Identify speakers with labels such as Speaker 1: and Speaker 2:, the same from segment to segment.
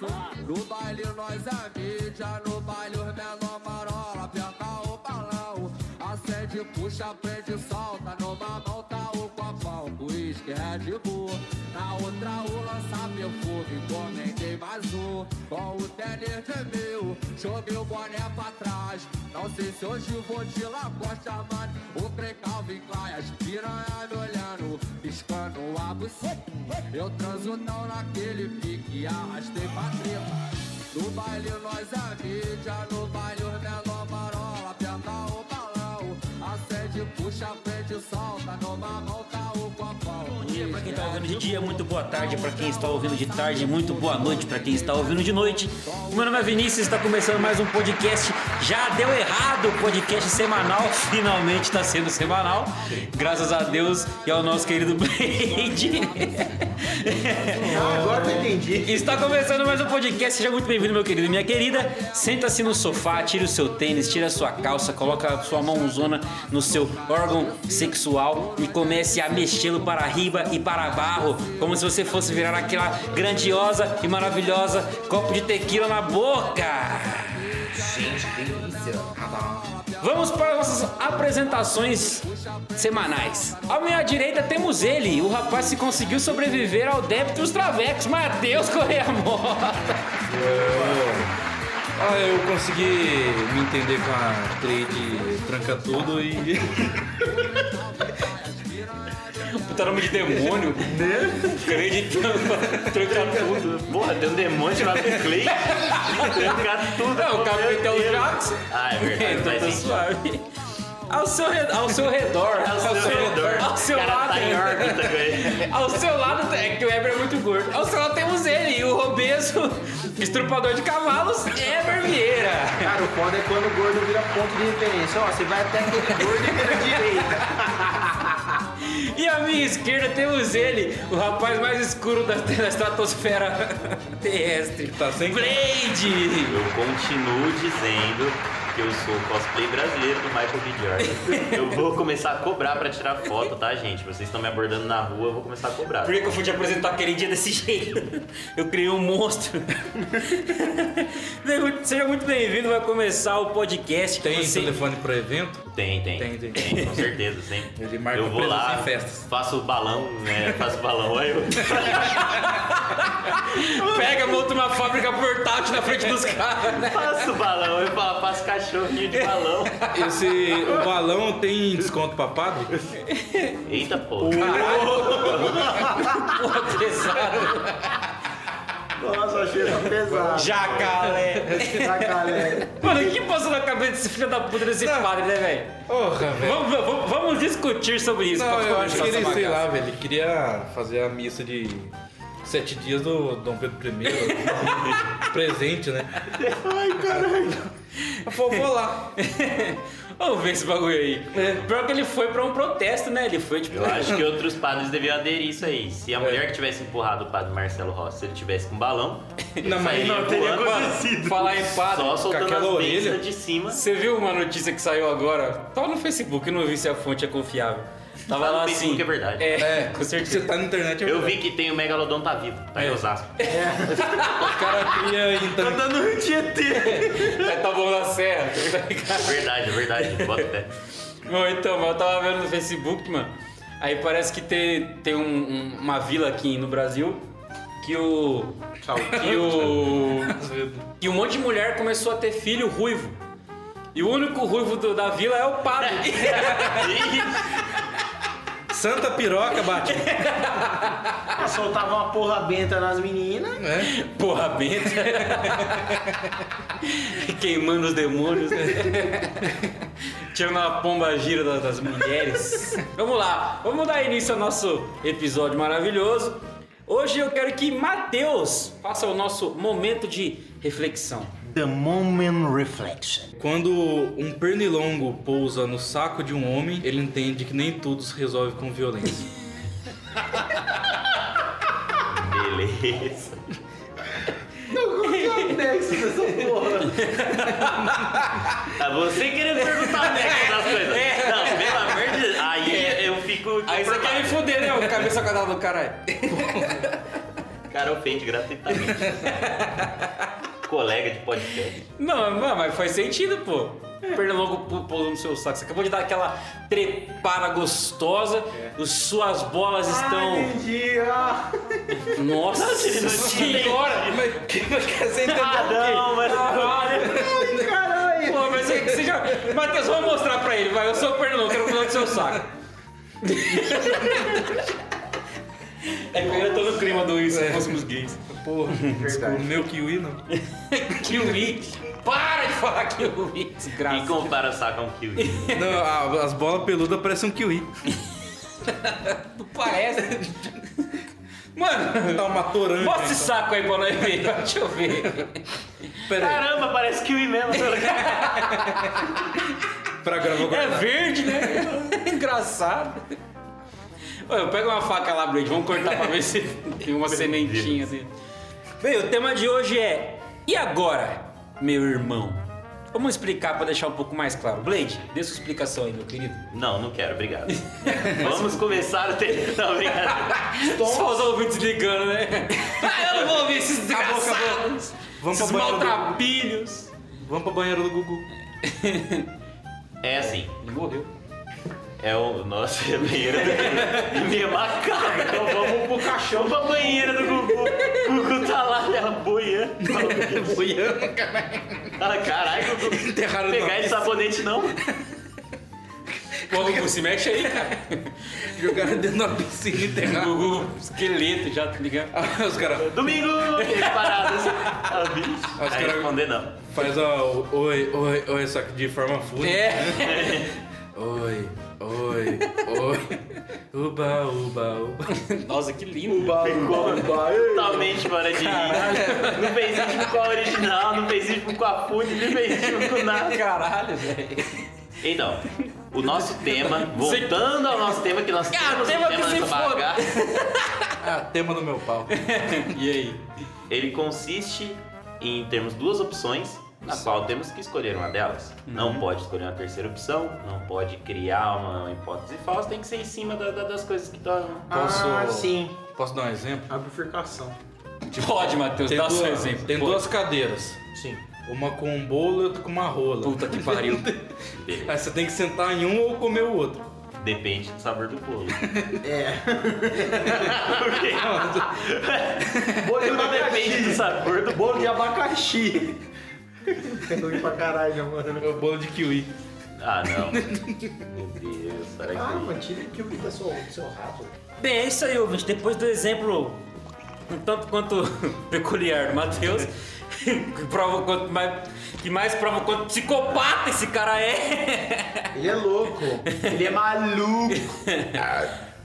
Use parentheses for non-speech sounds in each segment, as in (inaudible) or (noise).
Speaker 1: No baile nós é mídia, no baile os menor marola, aperta o balão. Acende, puxa, prende, solta, numa mão tá o copão, uísque, é Red Bull. Na outra o lança perfume, encomendei mais um. Com o tênis de mil, joguei o boné pra trás. Não sei se hoje vou de lagosta, mano. O crê Calvin Klein, as piranha me olhando, piscando a buceta. Eu transo não naquele pique, arrastei pra treta. No baile nós é mídia, no baile os menor marola, aperta o balão. Acende, puxa, prende, solta, numa mão tá o copão.
Speaker 2: Bom dia para quem está ouvindo de dia, muito boa tarde para quem está ouvindo de tarde, muito boa noite para quem está ouvindo de noite. Meu nome é Vinícius, está começando mais um podcast. Já deu errado o podcast semanal, finalmente está sendo semanal, graças a Deus e ao nosso querido (laughs) Blade.
Speaker 3: Ah, agora eu entendi.
Speaker 2: Está começando mais um podcast, seja muito bem-vindo, meu querido e minha querida. Senta-se no sofá, tira o seu tênis, tira a sua calça, coloca a sua mãozona no seu órgão sexual e comece a mexê-lo para riba e para barro, como se você fosse virar aquela grandiosa e maravilhosa copo de tequila na boca.
Speaker 3: Gente, que delícia.
Speaker 2: Vamos para nossas apresentações semanais. À minha direita temos ele, o rapaz que conseguiu sobreviver ao débito dos travecos, Matheus Correia Mota.
Speaker 4: Ah, eu consegui me entender com a trade tranca tudo
Speaker 3: (laughs)
Speaker 4: e.
Speaker 2: Puta nome de demônio. Acreditando.
Speaker 5: Trancar tudo. Porra, tem um demônio lá no Clay. Trancar tudo.
Speaker 2: Não, o capitão
Speaker 5: Meu Deus.
Speaker 2: Jackson.
Speaker 5: Ah, é verdade.
Speaker 2: Então tá
Speaker 5: faz sentido.
Speaker 2: suave. Ao seu, red- ao seu redor,
Speaker 5: Ao seu redor.
Speaker 2: ao seu
Speaker 5: O É cara
Speaker 2: lado,
Speaker 5: tá em órbita, velho.
Speaker 2: ao seu lado é que o Eber é muito gordo. Ao seu lado temos ele, o obeso, (laughs) estrupador de cavalos, Eber Vieira.
Speaker 3: Cara, o foda é quando o gordo vira ponto de referência. Ó, você vai até aquele gordo e vira direita.
Speaker 2: E à minha esquerda temos ele, o rapaz mais escuro da, (laughs) da estratosfera terrestre.
Speaker 4: Tá sem
Speaker 2: Blade!
Speaker 5: Eu continuo dizendo que eu sou o cosplay brasileiro do Michael B. Jordan. Eu vou começar a cobrar pra tirar foto, tá, gente? Vocês estão me abordando na rua, eu vou começar a cobrar.
Speaker 2: Por que que eu fui te apresentar aquele dia desse jeito? (laughs) Eu criei um monstro. (laughs) Nego, Seja muito bem-vindo, vai começar o podcast. que
Speaker 4: Tem
Speaker 2: você-
Speaker 4: telefone pra evento?
Speaker 5: Tem, tem.
Speaker 4: Tem, tem.
Speaker 5: com certeza, sempre.
Speaker 4: Ele marca
Speaker 5: eu vou
Speaker 4: presença
Speaker 5: lá,
Speaker 4: em festas.
Speaker 5: faço o balão, né? Faço o balão, aí eu.
Speaker 2: (laughs)
Speaker 5: (laughs)
Speaker 2: Pega, monta uma fábrica portátil na frente dos caras,
Speaker 4: (laughs)
Speaker 2: né?
Speaker 5: faço balão, eu falo, faço cachorrinho de balão.
Speaker 4: Esse. O balão tem desconto pra padre?
Speaker 5: Eita porra.
Speaker 2: Porra, pesado.
Speaker 3: Nossa, achei isso pesado.
Speaker 2: Jacaré.
Speaker 3: Jacaré.
Speaker 2: Mano, o que passou na cabeça desse filho da puta desse padre, né, velho?
Speaker 4: Porra, velho.
Speaker 2: Vamos, vamos- vamos discutir sobre isso.
Speaker 4: Não,
Speaker 2: pra
Speaker 4: eu acho
Speaker 2: começar
Speaker 4: que ele,
Speaker 2: essa
Speaker 4: sei
Speaker 2: bagaça.
Speaker 4: lá, velho, ele queria fazer a missa de sete dias do Dom Pedro
Speaker 2: (laughs)
Speaker 4: I, presente, né? Ai, caralho. Vou, vou lá.
Speaker 2: (laughs)
Speaker 4: É.
Speaker 2: Vamos ver esse bagulho aí. Pior que ele foi pra um protesto, né? Ele foi tipo.
Speaker 5: Eu
Speaker 2: (laughs)
Speaker 5: acho que outros padres deviam aderir isso aí. Se a
Speaker 4: É.
Speaker 5: mulher que tivesse empurrado o padre Marcelo Rossi, se ele tivesse com um balão,
Speaker 4: Não, mas
Speaker 5: ele
Speaker 4: não,
Speaker 5: teria
Speaker 2: Mano, Falar em padre.
Speaker 5: só soltando
Speaker 4: aquela
Speaker 5: as
Speaker 4: orelha.
Speaker 5: bênçãos de cima.
Speaker 2: Você viu uma notícia que saiu agora? Tava no Facebook, eu não vi se a fonte é confiável. Tava
Speaker 5: Tá no
Speaker 2: lá
Speaker 5: Facebook,
Speaker 2: assim.
Speaker 5: é verdade.
Speaker 2: É, (laughs) com
Speaker 4: Você
Speaker 2: certeza.
Speaker 4: tá na internet, é
Speaker 5: Eu
Speaker 4: verdade.
Speaker 5: vi que tem o Megalodon tá vivo, tá em
Speaker 4: É.
Speaker 5: Osasco.
Speaker 4: O cara
Speaker 2: (laughs)
Speaker 4: cria então.
Speaker 3: Tá no Rio Tietê.
Speaker 2: Tá bom na serra, tá ligado?
Speaker 5: (laughs) É verdade, é verdade, bota
Speaker 4: (laughs)
Speaker 5: até.
Speaker 2: (laughs) Bom, então, mas eu tava vendo no Facebook, mano. Aí parece que tem, tem um- um- uma vila aqui no Brasil que o. Que
Speaker 5: (laughs)
Speaker 2: o. E um monte de mulher começou a ter filho ruivo. E o único ruivo do- da vila é o padre. (laughs)
Speaker 4: Santa piroca, bate.
Speaker 3: Soltava uma porra benta nas meninas.
Speaker 4: né?
Speaker 2: Porra benta. (laughs) Queimando os demônios. né? (laughs) Tirando a pomba gira das, das mulheres. Vamos lá, vamos dar início ao nosso episódio maravilhoso. Hoje eu quero que Matheus faça o nosso momento de reflexão.
Speaker 3: The Moment Reflection.
Speaker 4: Quando um pernilongo pousa no saco de um homem, ele entende que nem tudo se resolve com violência. (laughs)
Speaker 5: Beleza. Tá você querendo perguntar o nexo das coisas. Não, pelo amor de Deus. Aí eu fico.
Speaker 2: É. Aí você quer me é.
Speaker 5: conformado.
Speaker 2: fuder, né? O cabeça quadrada do caralho.
Speaker 5: cara ofende gratuitamente. Colega de podcast.
Speaker 2: Não, mas- mas faz sentido, pô. Pernilongo pu- pulou no seu saco. Você acabou de dar aquela trepada gostosa. Os, suas bolas estão.
Speaker 3: Entendi, ah.
Speaker 2: Nossa
Speaker 5: ele não tinha
Speaker 2: senhora!
Speaker 4: Mas o que
Speaker 2: (laughs)
Speaker 4: que eu quero você entendeu?
Speaker 5: Ah, não, mas.
Speaker 3: Ai, caralho.
Speaker 2: Pô, mas é que você já. Matheus, vamos mostrar pra ele, vai. Eu sou o Pernilongo, quero pular no seu saco. É que eu ainda tô no clima do isso, se fôssemos gays.
Speaker 4: Porra,
Speaker 3: Verdade.
Speaker 4: o meu kiwi (laughs) não.
Speaker 2: Kiwi! Para de falar Kiwi! Desgraça.
Speaker 5: Quem compara saco a um kiwi?
Speaker 4: Não, a- as bolas peludas parecem um kiwi.
Speaker 2: Não parece. Mano,
Speaker 4: (laughs) Tá uma toranja.
Speaker 2: mostra esse saco aí pra nós ver. (laughs) Deixa eu ver.
Speaker 4: Pera
Speaker 5: Caramba, parece kiwi mesmo.
Speaker 4: aí, pra gravar
Speaker 2: É
Speaker 4: guardar.
Speaker 2: verde, né? (laughs) Engraçado. Ô, eu pego uma faca lá, Blade. Vamos cortar pra ver se tem uma sementinha assim. Bem, o tema de hoje é... E agora, meu irmão? Vamos explicar pra deixar um pouco mais claro. Blade, dê sua explicação aí, meu querido.
Speaker 5: Não, não quero, obrigado. Vamos começar o tempo. Não, obrigado.
Speaker 2: Só os ouvintes ligando, (laughs) né? Ah, eu não vou ouvir esses
Speaker 4: Acabou, acabou.
Speaker 2: desgraçados.
Speaker 4: Vamos pra
Speaker 2: esses
Speaker 4: banheira do-
Speaker 2: maltrapilhos.
Speaker 4: Vamos pra banheiro do Gugu.
Speaker 5: É assim.
Speaker 2: Ele morreu.
Speaker 5: É o. Nossa, é a banheira do Gugu. Me macabro. Então vamos pro caixão pra banheira do Gugu. O Gugu tá lá, né? Boia.
Speaker 4: Boiando, cara.
Speaker 5: Ah, caralho, Gugu.
Speaker 4: Enterraram
Speaker 5: Pegar
Speaker 4: não.
Speaker 5: esse sabonete não.
Speaker 2: Pô, Gugu, se mexe aí, cara.
Speaker 4: Jogaram dentro da piscina e enterraram.
Speaker 2: Gugu, esqueleto já, tá ligado?
Speaker 4: Ah, (laughs) os caras
Speaker 5: Domingo! E aí, paradas. Ah, bicho.
Speaker 4: Acho
Speaker 5: Aí
Speaker 4: que era-
Speaker 5: responder não.
Speaker 4: fazem o oi, oi, oi, só que de forma fútil.
Speaker 2: É.
Speaker 4: Oi, oi, (laughs) oi. Uba, uba, uba.
Speaker 2: Nossa, que lindo.
Speaker 5: Totalmente fora de mim. Não fez isso com a original, não fez isso com a Food, não fez isso com nada.
Speaker 2: Caralho, velho.
Speaker 5: Então, o nosso tema, voltando ao nosso tema, que nós temos
Speaker 2: tema
Speaker 5: um
Speaker 2: que
Speaker 5: tema
Speaker 2: se
Speaker 5: nessa
Speaker 2: foda.
Speaker 5: bagaça,
Speaker 4: Ah, tema do meu (laughs) pau.
Speaker 2: E aí?
Speaker 5: ele consiste em termos duas opções, na qual temos que escolher uma delas. Não pode escolher uma terceira opção, não pode criar uma hipótese falsa, tem que ser em cima da- da- das coisas que estão...
Speaker 4: Posso-
Speaker 3: Ah, sim.
Speaker 4: Posso dar um exemplo?
Speaker 3: A bifurcação.
Speaker 2: Pode, Matheus, dá o seu exemplo.
Speaker 4: tem
Speaker 2: Pô,
Speaker 4: duas cadeiras.
Speaker 3: Sim.
Speaker 4: Uma com um bolo e outra com uma rola.
Speaker 2: Puta
Speaker 4: (laughs)
Speaker 2: que pariu.
Speaker 4: Aí você tem que sentar em um ou comer o outro.
Speaker 5: Depende do sabor do bolo. (laughs)
Speaker 3: É.
Speaker 5: Bolo não depende do sabor do bolo.
Speaker 3: de abacaxi. É ruim pra caralho, mano.
Speaker 4: É o bolo de kiwi.
Speaker 5: Ah, não. Meu Deus, será
Speaker 3: Ah,
Speaker 5: que...
Speaker 3: mano, tira aquilo do seu, do seu rato.
Speaker 2: (laughs) Bem, é isso aí, ouvinte. Depois do exemplo, um tanto quanto (laughs) peculiar do Matheus, que, prova o quanto mais, que mais prova o quanto psicopata esse cara é. (laughs)
Speaker 3: Ele é (laughs) louco. Ele é maluco.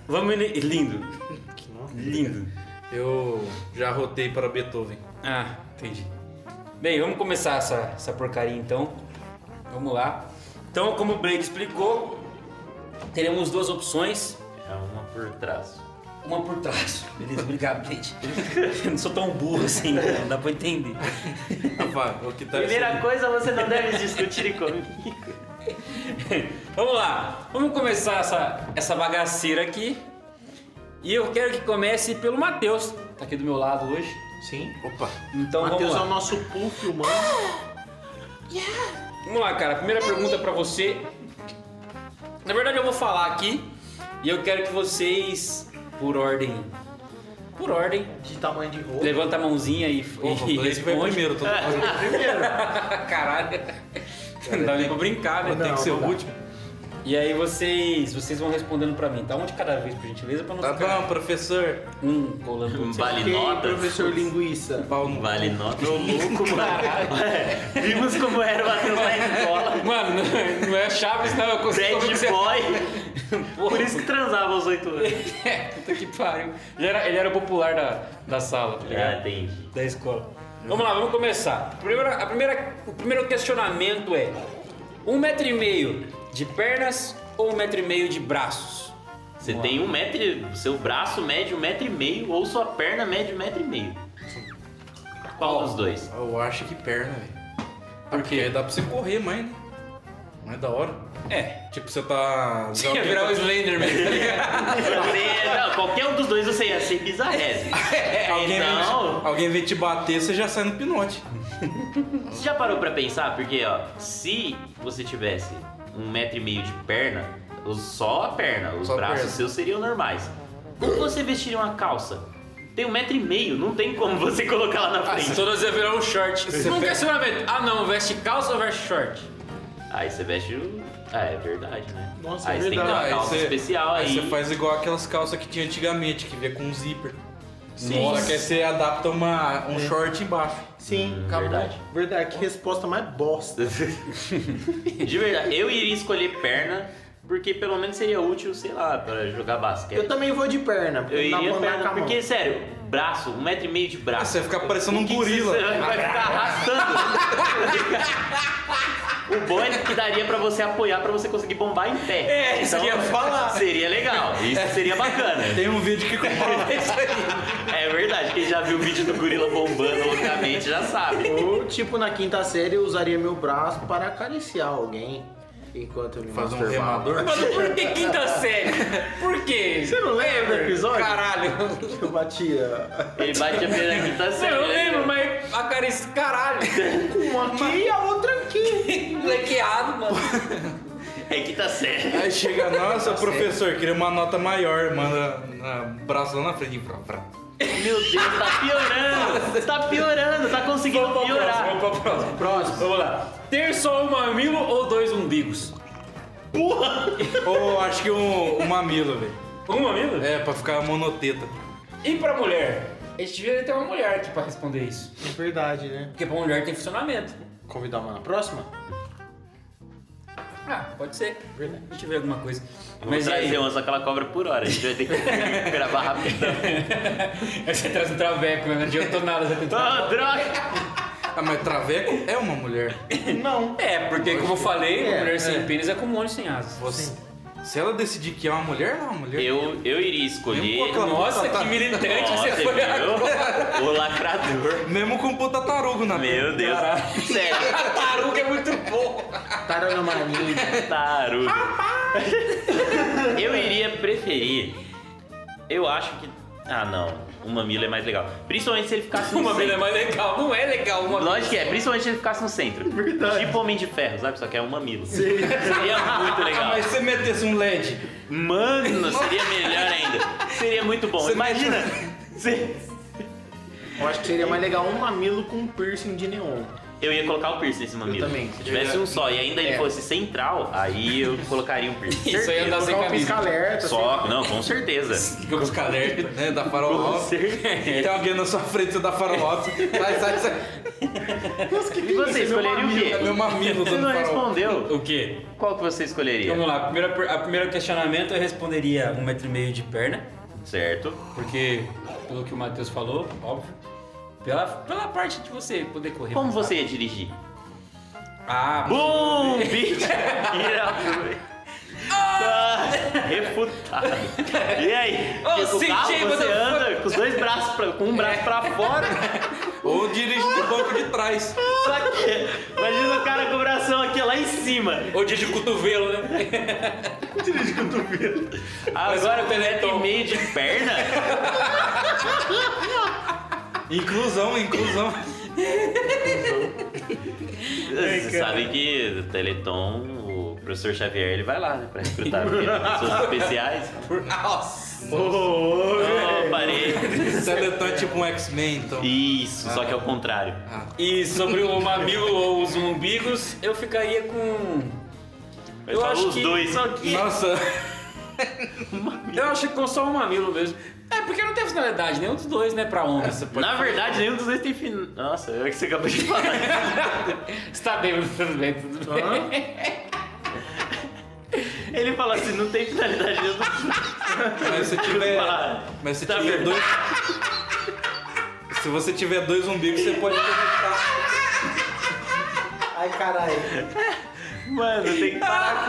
Speaker 2: Vamos ini- Lindo. Lindo.
Speaker 4: Eu já rotei para Beethoven.
Speaker 2: Ah, entendi. Bem, vamos começar essa, essa porcaria então. Vamos lá. Então, como o Blade explicou, teremos duas opções.
Speaker 5: É uma por trás.
Speaker 2: Uma por trás. (laughs) Beleza, obrigado, Blade. (laughs) Eu não sou tão burro assim, não dá pra entender. (laughs)
Speaker 4: Vai, o que tá
Speaker 5: Primeira coisa, você não deve discutir comigo.
Speaker 2: Vamos lá, vamos começar essa, essa bagaceira aqui. E eu quero que comece pelo Matheus, tá aqui do meu lado hoje.
Speaker 3: Sim.
Speaker 4: Opa.
Speaker 2: Então
Speaker 3: Matheus
Speaker 2: vamos
Speaker 3: é
Speaker 2: lá.
Speaker 3: o nosso puff humano.
Speaker 2: Vamos lá, cara. Primeira pergunta pra você. Na verdade, eu vou falar aqui e eu quero que vocês, por ordem, por ordem,
Speaker 3: De tamanho de roupa.
Speaker 2: levanta a mãozinha e,
Speaker 4: Porra,
Speaker 2: e
Speaker 4: o Blaze foi
Speaker 2: responde.
Speaker 4: primeiro. Todo mundo
Speaker 3: Primeiro.
Speaker 2: (laughs) Caralho. Não dá nem pra brincar, né?
Speaker 4: tem
Speaker 3: Não,
Speaker 4: que ser
Speaker 3: não
Speaker 4: o
Speaker 3: dá.
Speaker 4: último.
Speaker 2: E aí vocês, vocês vão respondendo pra mim. Tá um de cada vez, por gentileza, pra não
Speaker 4: Tá
Speaker 2: ficar
Speaker 4: bom, professor.
Speaker 2: um colando no outro. (laughs)
Speaker 5: Vale
Speaker 3: Fiquei
Speaker 5: nota?
Speaker 3: professor linguiça.
Speaker 4: Pau no...
Speaker 5: Vale nota. Meu louco, mano. É, (laughs) Vimos como era o Matheus na escola.
Speaker 2: Mano, não- não é Chaves, não. Eu consigo (laughs) como é que
Speaker 5: Bad
Speaker 2: você-
Speaker 5: boy.
Speaker 2: Porra.
Speaker 5: Por isso que transava aos 8 anos.
Speaker 2: É, (laughs) puta que pariu. Ele era, ele era o popular da, da sala, tá ligado?
Speaker 5: Ah, entendi.
Speaker 2: da escola. Vamos lá, vamos começar. Primeira, a primeira, o primeiro questionamento é: um metro e meio de pernas ou um metro e meio de braços?
Speaker 5: Você tem um metro, e- seu braço mede um metro e meio ou sua perna mede um metro e meio. Qual dos dois?
Speaker 4: (laughs) Ah, Eu acho que perna, velho.
Speaker 2: Por
Speaker 4: E
Speaker 2: quê?
Speaker 4: aí dá pra você correr mais, né? Mas da hora.
Speaker 2: É.
Speaker 4: Tipo, você tá.
Speaker 2: Tinha que virar o Slenderman, tá (laughs) ligado?
Speaker 5: Você- não, qualquer um dos dois você ia ser bizarrese.
Speaker 4: Alguém, vem,
Speaker 5: Então,
Speaker 4: te- alguém vem te bater, você já sai no pinote.
Speaker 5: você já parou pra pensar? Porque, ó, se você tivesse um metro e meio de perna, os- só a perna, os
Speaker 4: Só a
Speaker 5: braços
Speaker 4: perna.
Speaker 5: seus seriam normais. Como você vestiria uma calça? Tem um metro e meio, não tem como você (laughs) colocar lá na
Speaker 4: Ah,
Speaker 5: frente.
Speaker 2: Todas iam virar um short. não
Speaker 4: pega-
Speaker 2: quer seguramente. Ah não, veste calça ou veste short?
Speaker 5: Aí você veste o. Ah, é verdade, né?
Speaker 3: Nossa,
Speaker 5: aí
Speaker 3: é
Speaker 5: você tem que ter
Speaker 4: Ah,
Speaker 5: uma calça
Speaker 4: você-
Speaker 5: especial aí.
Speaker 4: Você faz igual aquelas calças que tinha antigamente, que vinha com um zíper.
Speaker 3: Sim.
Speaker 4: Só que aí você adapta uma, um short embaixo.
Speaker 3: Sim,
Speaker 5: acabou.
Speaker 3: Verdade. Verdade, que resposta mais
Speaker 5: (laughs)
Speaker 3: bosta.
Speaker 5: De verdade, eu iria escolher perna, porque pelo menos seria útil, sei lá, pra jogar basquete.
Speaker 3: Eu também vou de perna, porque
Speaker 5: Eu
Speaker 3: não dá
Speaker 5: iria
Speaker 3: pra andar com
Speaker 5: perna,
Speaker 3: a mão.
Speaker 5: porque, sério, braço, um metro e meio de braço.
Speaker 4: Ah, você vai ficar parecendo um
Speaker 5: O que que
Speaker 4: gorila.
Speaker 5: Você vai ficar arrastando. o bom é que daria pra você apoiar pra você conseguir bombar em pé. Então,
Speaker 2: É, isso que eu ia falar.
Speaker 5: Seria legal, isso seria bacana.
Speaker 4: Tem um vídeo que
Speaker 5: (laughs)
Speaker 4: compara.
Speaker 5: É verdade, quem já viu o vídeo do gorila bombando loucamente já sabe. (laughs)
Speaker 3: Ou, tipo, na quinta série eu usaria meu braço para acariciar alguém enquanto eu me
Speaker 4: Faz um
Speaker 3: masturbava.
Speaker 4: remador.
Speaker 2: Mano, por que quinta série? Por quê?
Speaker 3: Você não lembra do episódio?
Speaker 2: Caralho.
Speaker 3: Que eu batia
Speaker 5: Ele bate a perna aqui, tá
Speaker 2: Você
Speaker 5: certo.
Speaker 2: não lembra, mas a cara esse caralho.
Speaker 3: uma aqui e a outra aqui.
Speaker 2: Lequeado, mano.
Speaker 5: É que tá certo.
Speaker 4: Aí chega, nossa, professor, queria uma nota maior, manda na, braço lá na frente. Vrá, vrá.
Speaker 5: Meu Deus, tá piorando! Tá piorando, tá conseguindo
Speaker 2: Vamos pra próxima,
Speaker 5: piorar!
Speaker 2: vamos pra próxima.
Speaker 3: Próximo.
Speaker 2: Vamos lá. Ter só um mamilo ou dois umbigos?
Speaker 4: Ou acho que um, um mamilo, velho.
Speaker 2: Um mamilo?
Speaker 4: É, pra ficar monoteta.
Speaker 2: E pra mulher? A gente deveria ter uma mulher aqui pra responder isso.
Speaker 3: É verdade, né?
Speaker 2: Porque pra mulher tem funcionamento.
Speaker 3: Convidar uma na próxima?
Speaker 2: Ah, pode ser. Verdade. Deixa eu ver alguma coisa.
Speaker 5: Vamos
Speaker 2: e aí?
Speaker 5: trazer uma só que ela cobra por hora, a gente vai ter que (laughs) gravar rapidão.
Speaker 2: (laughs) Aí você traz um traveco, não adiantou nada. Você tem
Speaker 5: Ah, droga!
Speaker 4: Ah, mas traveco é uma mulher.
Speaker 3: Não.
Speaker 2: É, porque como eu falei, uma
Speaker 3: É,
Speaker 2: mulher sem
Speaker 4: é.
Speaker 2: pênis é como um homem sem asas.
Speaker 4: Você, se ela decidir que é uma mulher, ela é uma mulher.
Speaker 5: Eu, eu iria escolher.
Speaker 2: um
Speaker 4: Eu vou clamar.
Speaker 2: Nossa,
Speaker 4: Tá-
Speaker 2: que militante que
Speaker 5: Nossa,
Speaker 2: você
Speaker 5: você
Speaker 2: foi agora.
Speaker 5: viu? O lacrador.
Speaker 4: Mesmo com puta tarugo na
Speaker 5: Meu Deus. Sério,
Speaker 2: Taruga é muito bom.
Speaker 3: é Taranamania.
Speaker 5: tarugo. Eu iria preferir. Eu acho que. Ah, não. O mamilo é mais legal. Principalmente se ele ficasse no
Speaker 2: Uma
Speaker 5: centro.
Speaker 2: vida é mais legal. Não é legal uma
Speaker 5: Lógico que é, principalmente se ele ficasse no centro. Tipo Homem de Ferro, sabe? Só que é um mamilo. Seria muito
Speaker 4: Ah,
Speaker 5: tá legal.
Speaker 4: mas se você metesse um LED.
Speaker 5: Mano, seria melhor ainda. Seria muito bom. Imagina. se-
Speaker 3: Eu acho que seria mais legal um mamilo com piercing de neon.
Speaker 5: Eu ia colocar o piercing nesse mamilo.
Speaker 3: também.
Speaker 5: Se tivesse um só e ainda ele
Speaker 3: É.
Speaker 5: fosse central, aí eu colocaria um piercing.
Speaker 2: (laughs) Isso aí andar
Speaker 5: Certeza.
Speaker 2: sem
Speaker 3: Colocar um pisca
Speaker 2: camisa.
Speaker 3: alerta.
Speaker 5: Só,
Speaker 2: assim.
Speaker 5: não, com
Speaker 2: é.
Speaker 5: certeza.
Speaker 4: Fica buscar alerta, né? Da farol
Speaker 5: Com certeza.
Speaker 4: Tem alguém na sua frente, você dá farol alto. Vai, sai, sai.
Speaker 5: E você escolheria o
Speaker 4: É meu
Speaker 5: quê?
Speaker 4: mamilo
Speaker 5: (laughs) Você
Speaker 4: dando
Speaker 5: não
Speaker 4: farol.
Speaker 5: respondeu.
Speaker 2: O quê?
Speaker 5: Qual que você escolheria?
Speaker 2: Vamos lá, a primeira, per- a primeiro questionamento eu responderia um metro e meio de perna,
Speaker 5: Certo.
Speaker 2: porque pelo que o Matheus falou, óbvio. Pela, pela parte de você poder correr.
Speaker 5: Como
Speaker 2: mais
Speaker 5: você ia dirigir?
Speaker 2: rápido. Ah,
Speaker 5: (laughs) Boom! Bitch! Ah, refutado. E aí?
Speaker 2: Ô,
Speaker 5: Porque com o carro
Speaker 2: CJ,
Speaker 5: você
Speaker 2: motherfucker.
Speaker 5: anda com os dois braços pra, com um braço pra fora. um
Speaker 4: Ou dirige do banco de trás.
Speaker 5: Só que imagina o cara com o bração aqui lá em cima.
Speaker 2: Ou dia é de cotovelo, né?
Speaker 5: (laughs) Agora com
Speaker 2: Parece um
Speaker 5: metro e
Speaker 2: Teleton.
Speaker 5: meio de perna?
Speaker 4: Inclusão, inclusão.
Speaker 5: Você sabe que o Teleton, o professor Xavier, ele vai lá, né? Pra recrutar pessoas especiais.
Speaker 2: Nossa!
Speaker 5: Não, parei.
Speaker 4: Seletor é tipo um X-Men, então.
Speaker 5: Isso, só que é o contrário.
Speaker 2: E sobre o mamilo ou os umbigos, eu ficaria com.
Speaker 5: Mas
Speaker 2: Eu
Speaker 5: só
Speaker 2: acho
Speaker 5: os
Speaker 2: que-
Speaker 5: dois. Só que...
Speaker 4: Nossa,
Speaker 2: Eu acho que com só um mamilo mesmo. É, porque não tem finalidade, nenhum dos dois, né, pra homem. (laughs) Você
Speaker 5: Na verdade, nenhum dos dois tem fin... Nossa, é o que você acabou de falar.
Speaker 2: tá bem, tudo bem, tudo bem.
Speaker 5: Ele fala assim, não tem finalidade nenhum dos dois.
Speaker 4: mas se tiver. Mas se
Speaker 5: Tá
Speaker 4: tiver
Speaker 5: vendo?
Speaker 4: dois. Se você tiver dois umbigos, você pode aproveitar.
Speaker 3: Ai, caralho.
Speaker 5: Mano, tem que parar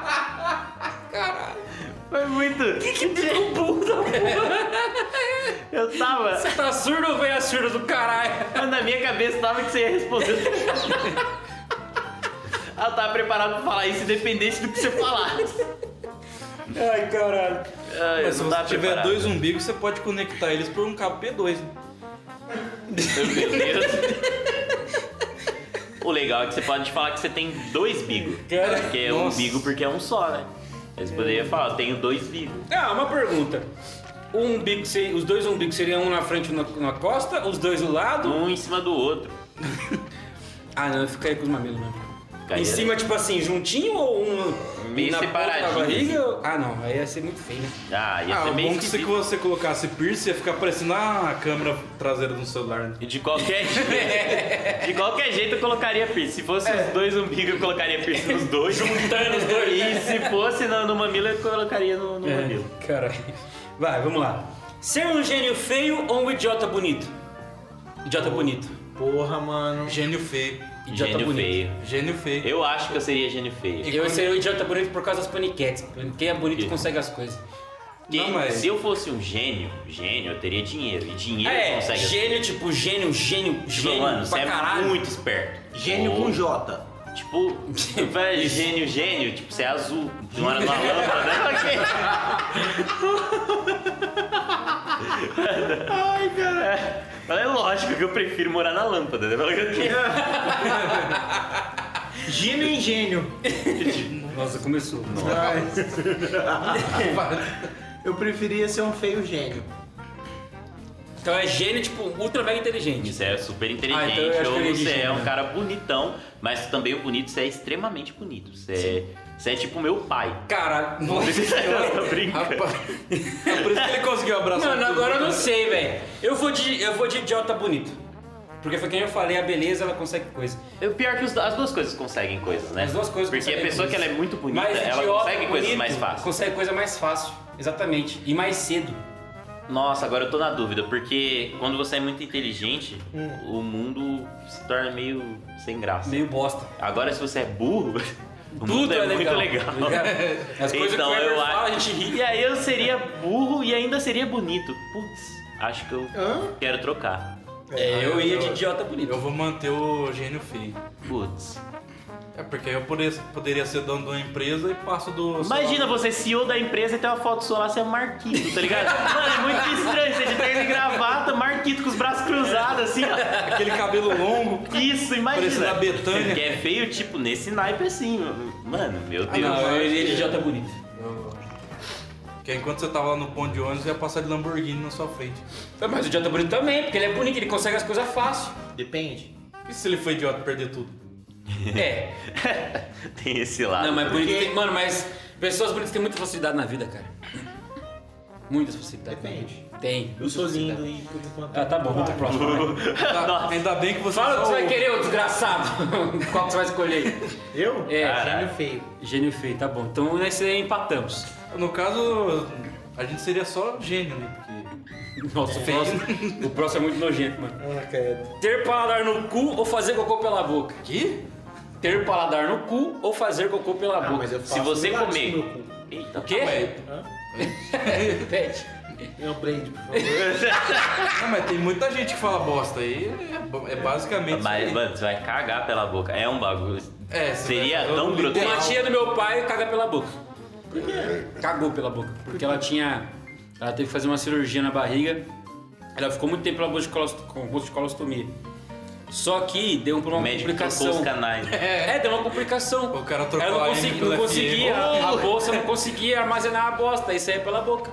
Speaker 5: com algo. Caralho. Foi muito...
Speaker 3: (laughs)
Speaker 5: Que que Eu tava...
Speaker 2: Você tá surdo ou veio a surda do caralho?
Speaker 5: Mas na minha cabeça tava que você ia responder. ela tava preparada pra falar isso, independente do que você falasse.
Speaker 2: Ai, caralho.
Speaker 5: Ai,
Speaker 4: Mas se
Speaker 5: não tá
Speaker 4: você tiver
Speaker 5: preparado.
Speaker 4: dois um. umbigos, você pode conectar eles por um cabo P2. né?
Speaker 5: Meu Deus. O legal é que você pode falar que você tem dois bigos.
Speaker 4: Cara,
Speaker 5: Porque é um
Speaker 4: nossa.
Speaker 5: bigo porque é um só, né? Eles poderiam falar, eu tenho dois bigos.
Speaker 2: (laughs) Ah, uma pergunta. O umbigo, seria- os dois umbigos seriam um na frente e um na, na costa, os dois do lado?
Speaker 5: Um em cima do outro.
Speaker 2: Ah, não, eu ficaria com os mamilos mesmo.
Speaker 5: Ficaria.
Speaker 2: Em cima, tipo assim, juntinho ou um
Speaker 5: Meio
Speaker 2: na ponta da
Speaker 5: separadinho, assim.
Speaker 2: barriga? Ah, não, aí ia ser muito feio, né?
Speaker 5: Ah, ia
Speaker 4: Ah,
Speaker 5: ser
Speaker 4: o
Speaker 5: meio
Speaker 4: bom que se
Speaker 5: esquisito.
Speaker 4: você colocasse piercing, ia ficar parecendo a câmera traseira do celular. né?
Speaker 5: E De qualquer (laughs) jeito. De qualquer jeito eu colocaria piercing. Se fosse os dois umbigos, eu colocaria piercing nos dois. Juntando os dois. E se fosse no, no mamilo, eu colocaria no, no mamilo.
Speaker 2: É, caralho. Vai, vamos lá. Ser um gênio feio ou um idiota bonito? Idiota bonito.
Speaker 3: Porra, mano.
Speaker 4: Gênio feio.
Speaker 2: Idiota
Speaker 5: gênio
Speaker 2: tá bonito.
Speaker 5: feio.
Speaker 4: Gênio feio.
Speaker 5: Eu acho que eu seria gênio feio.
Speaker 2: Eu seria um idiota bonito por causa das paniquetes. Quem é bonito consegue as coisas.
Speaker 5: Porque
Speaker 4: Não, mas-
Speaker 5: se eu fosse um gênio, gênio, eu teria dinheiro. E dinheiro
Speaker 2: é,
Speaker 5: consegue as
Speaker 2: gênio, tipo, gênio, gênio,
Speaker 5: Tipo,
Speaker 2: gênio
Speaker 5: mano, você
Speaker 2: pra
Speaker 5: é
Speaker 2: caralho.
Speaker 5: muito esperto.
Speaker 3: Gênio
Speaker 5: Ou,
Speaker 3: com J.
Speaker 5: Tipo, (laughs) velho, gênio, gênio, tipo, você é azul. Você mora numa lâmpada, né? (laughs) Pra quê? Ai, cara. Mas é lógico que eu prefiro morar na lâmpada, né? Pra quê?
Speaker 3: Gênio em gênio.
Speaker 2: Nossa, começou.
Speaker 3: Eu preferia ser um feio gênio.
Speaker 2: Então é gênio, tipo, ultra mega inteligente.
Speaker 5: Você é super
Speaker 2: Ah, então eu
Speaker 5: inteligente,
Speaker 2: acho que eu
Speaker 5: ou
Speaker 2: iria de
Speaker 5: você é
Speaker 2: gênio.
Speaker 5: um cara bonitão, mas também o bonito, você é extremamente bonito. Você é, você é tipo meu pai.
Speaker 2: Caralho, nossa senhora.
Speaker 5: (laughs) Tô brincando.
Speaker 4: é Rapaz. É por isso que ele conseguiu abraçar
Speaker 2: Mano,
Speaker 4: tudo.
Speaker 2: agora eu não sei, velho. Eu vou de eu vou de idiota bonito. Porque foi quem eu falei, a beleza ela consegue coisa.
Speaker 5: O pior é que os- as duas coisas conseguem coisas, né?
Speaker 2: As duas coisas
Speaker 5: Porque a
Speaker 2: conseguem
Speaker 5: pessoa que
Speaker 2: coisas.
Speaker 5: ela é muito bonita,
Speaker 2: Mas
Speaker 5: ela
Speaker 2: idiota
Speaker 5: consegue coisas
Speaker 2: bonito
Speaker 5: mais fáceis.
Speaker 2: Consegue coisa mais fácil, exatamente. E mais cedo.
Speaker 5: Nossa, agora eu tô na dúvida, porque quando você é muito inteligente, o mundo se torna meio sem graça.
Speaker 2: Hum. Meio bosta.
Speaker 5: Agora, se você é burro, (laughs) o mundo
Speaker 2: Tudo
Speaker 5: é,
Speaker 2: é
Speaker 5: muito
Speaker 2: legal.
Speaker 5: legal.
Speaker 2: tá ligado? As coisas
Speaker 5: então,
Speaker 2: que o
Speaker 5: eu
Speaker 2: Weber fala,
Speaker 5: acho.
Speaker 2: a gente ri.
Speaker 5: (laughs) E aí eu seria burro e ainda seria bonito. Putz, acho que eu
Speaker 3: Hã?
Speaker 5: quero trocar.
Speaker 2: É, eu ia de
Speaker 4: eu-
Speaker 2: idiota bonito.
Speaker 4: Eu vou manter o gênio feio.
Speaker 5: Putz.
Speaker 4: É porque eu poderia, poderia ser dono de uma empresa e passo do. sei lá,
Speaker 5: Imagina você CEO da empresa e tem uma foto sua lá, você é Marquito, tá ligado? Mano, é muito estranho, você de terno e gravata, tá Marquito com os braços cruzados, assim, ó.
Speaker 4: Aquele cabelo longo.
Speaker 5: (laughs) Isso,
Speaker 4: Parece
Speaker 5: imagina.
Speaker 4: da Betânia.
Speaker 5: Que é feio, tipo, nesse naipe assim. Mano, meu
Speaker 2: Ah,
Speaker 5: Deus.
Speaker 2: não, eu iria de idiota bonito.
Speaker 4: Porque enquanto você tava lá no ponto de ônibus, ia passar de Lamborghini na sua frente.
Speaker 2: Mas o idiota bonito também, porque ele é bonito, ele consegue as coisas
Speaker 5: (laughs)
Speaker 2: fácil.
Speaker 3: Depende.
Speaker 4: E se ele foi idiota perder tudo?
Speaker 2: É.
Speaker 5: Tem esse lado.
Speaker 2: Não, mas bonito tem. Mano, mas pessoas bonitas têm muita facilidade na vida, cara. Muitas facilidades.
Speaker 3: Depende.
Speaker 2: Tem.
Speaker 3: Eu sou
Speaker 2: facilidade.
Speaker 3: lindo e por enquanto.
Speaker 2: Ah, tá bom, vamos pro próximo. vai.
Speaker 4: Tá, ainda bem que você.
Speaker 2: Fala o que (laughs)
Speaker 4: só
Speaker 2: você vai
Speaker 4: ouve.
Speaker 2: querer, ô desgraçado. (laughs) Qual que você vai escolher?
Speaker 3: Eu?
Speaker 2: É.
Speaker 3: Caralho feio.
Speaker 2: Gênio feio, tá bom. Então nesse aí empatamos.
Speaker 4: No caso, a gente seria só gênio, né? Porque.
Speaker 2: Nossa, o próximo, o próximo é muito nojento, mano.
Speaker 3: Ah, credo.
Speaker 2: Ter paladar no cu ou fazer cocô pela boca?
Speaker 4: Que?
Speaker 2: Ter paladar no cu ou fazer cocô pela
Speaker 3: Ah,
Speaker 2: boca?
Speaker 3: mas eu faço
Speaker 5: Se você
Speaker 3: milagres
Speaker 5: comer.
Speaker 3: com meu cu.
Speaker 5: Eita,
Speaker 2: O quê? Repete.
Speaker 3: Meu brand, por favor.
Speaker 4: Não, mas tem muita gente que fala bosta aí. É, é basicamente.
Speaker 5: Mas,
Speaker 4: isso aí.
Speaker 5: mano, você vai cagar pela boca. É um bagulho.
Speaker 4: É, você
Speaker 5: Seria
Speaker 4: vai-
Speaker 5: tão
Speaker 4: eu-
Speaker 5: grotesco.
Speaker 2: Uma tia do meu pai caga pela boca. Cagou pela boca. Porque ela tinha. Ela teve que fazer uma cirurgia na barriga. Ela ficou muito tempo pela bolsa de colosto- com bolsa de colostomia. Só que deu
Speaker 5: O
Speaker 2: uma
Speaker 5: médico trocou os
Speaker 2: complicação.
Speaker 5: canais.
Speaker 2: É, deu uma complicação.
Speaker 4: O cara trocou
Speaker 2: Ela
Speaker 4: a
Speaker 2: não,
Speaker 4: M
Speaker 2: consegui-
Speaker 4: pela
Speaker 2: não
Speaker 4: FM.
Speaker 2: conseguia, a a bolsa não conseguia armazenar a bosta, isso aí é pela boca.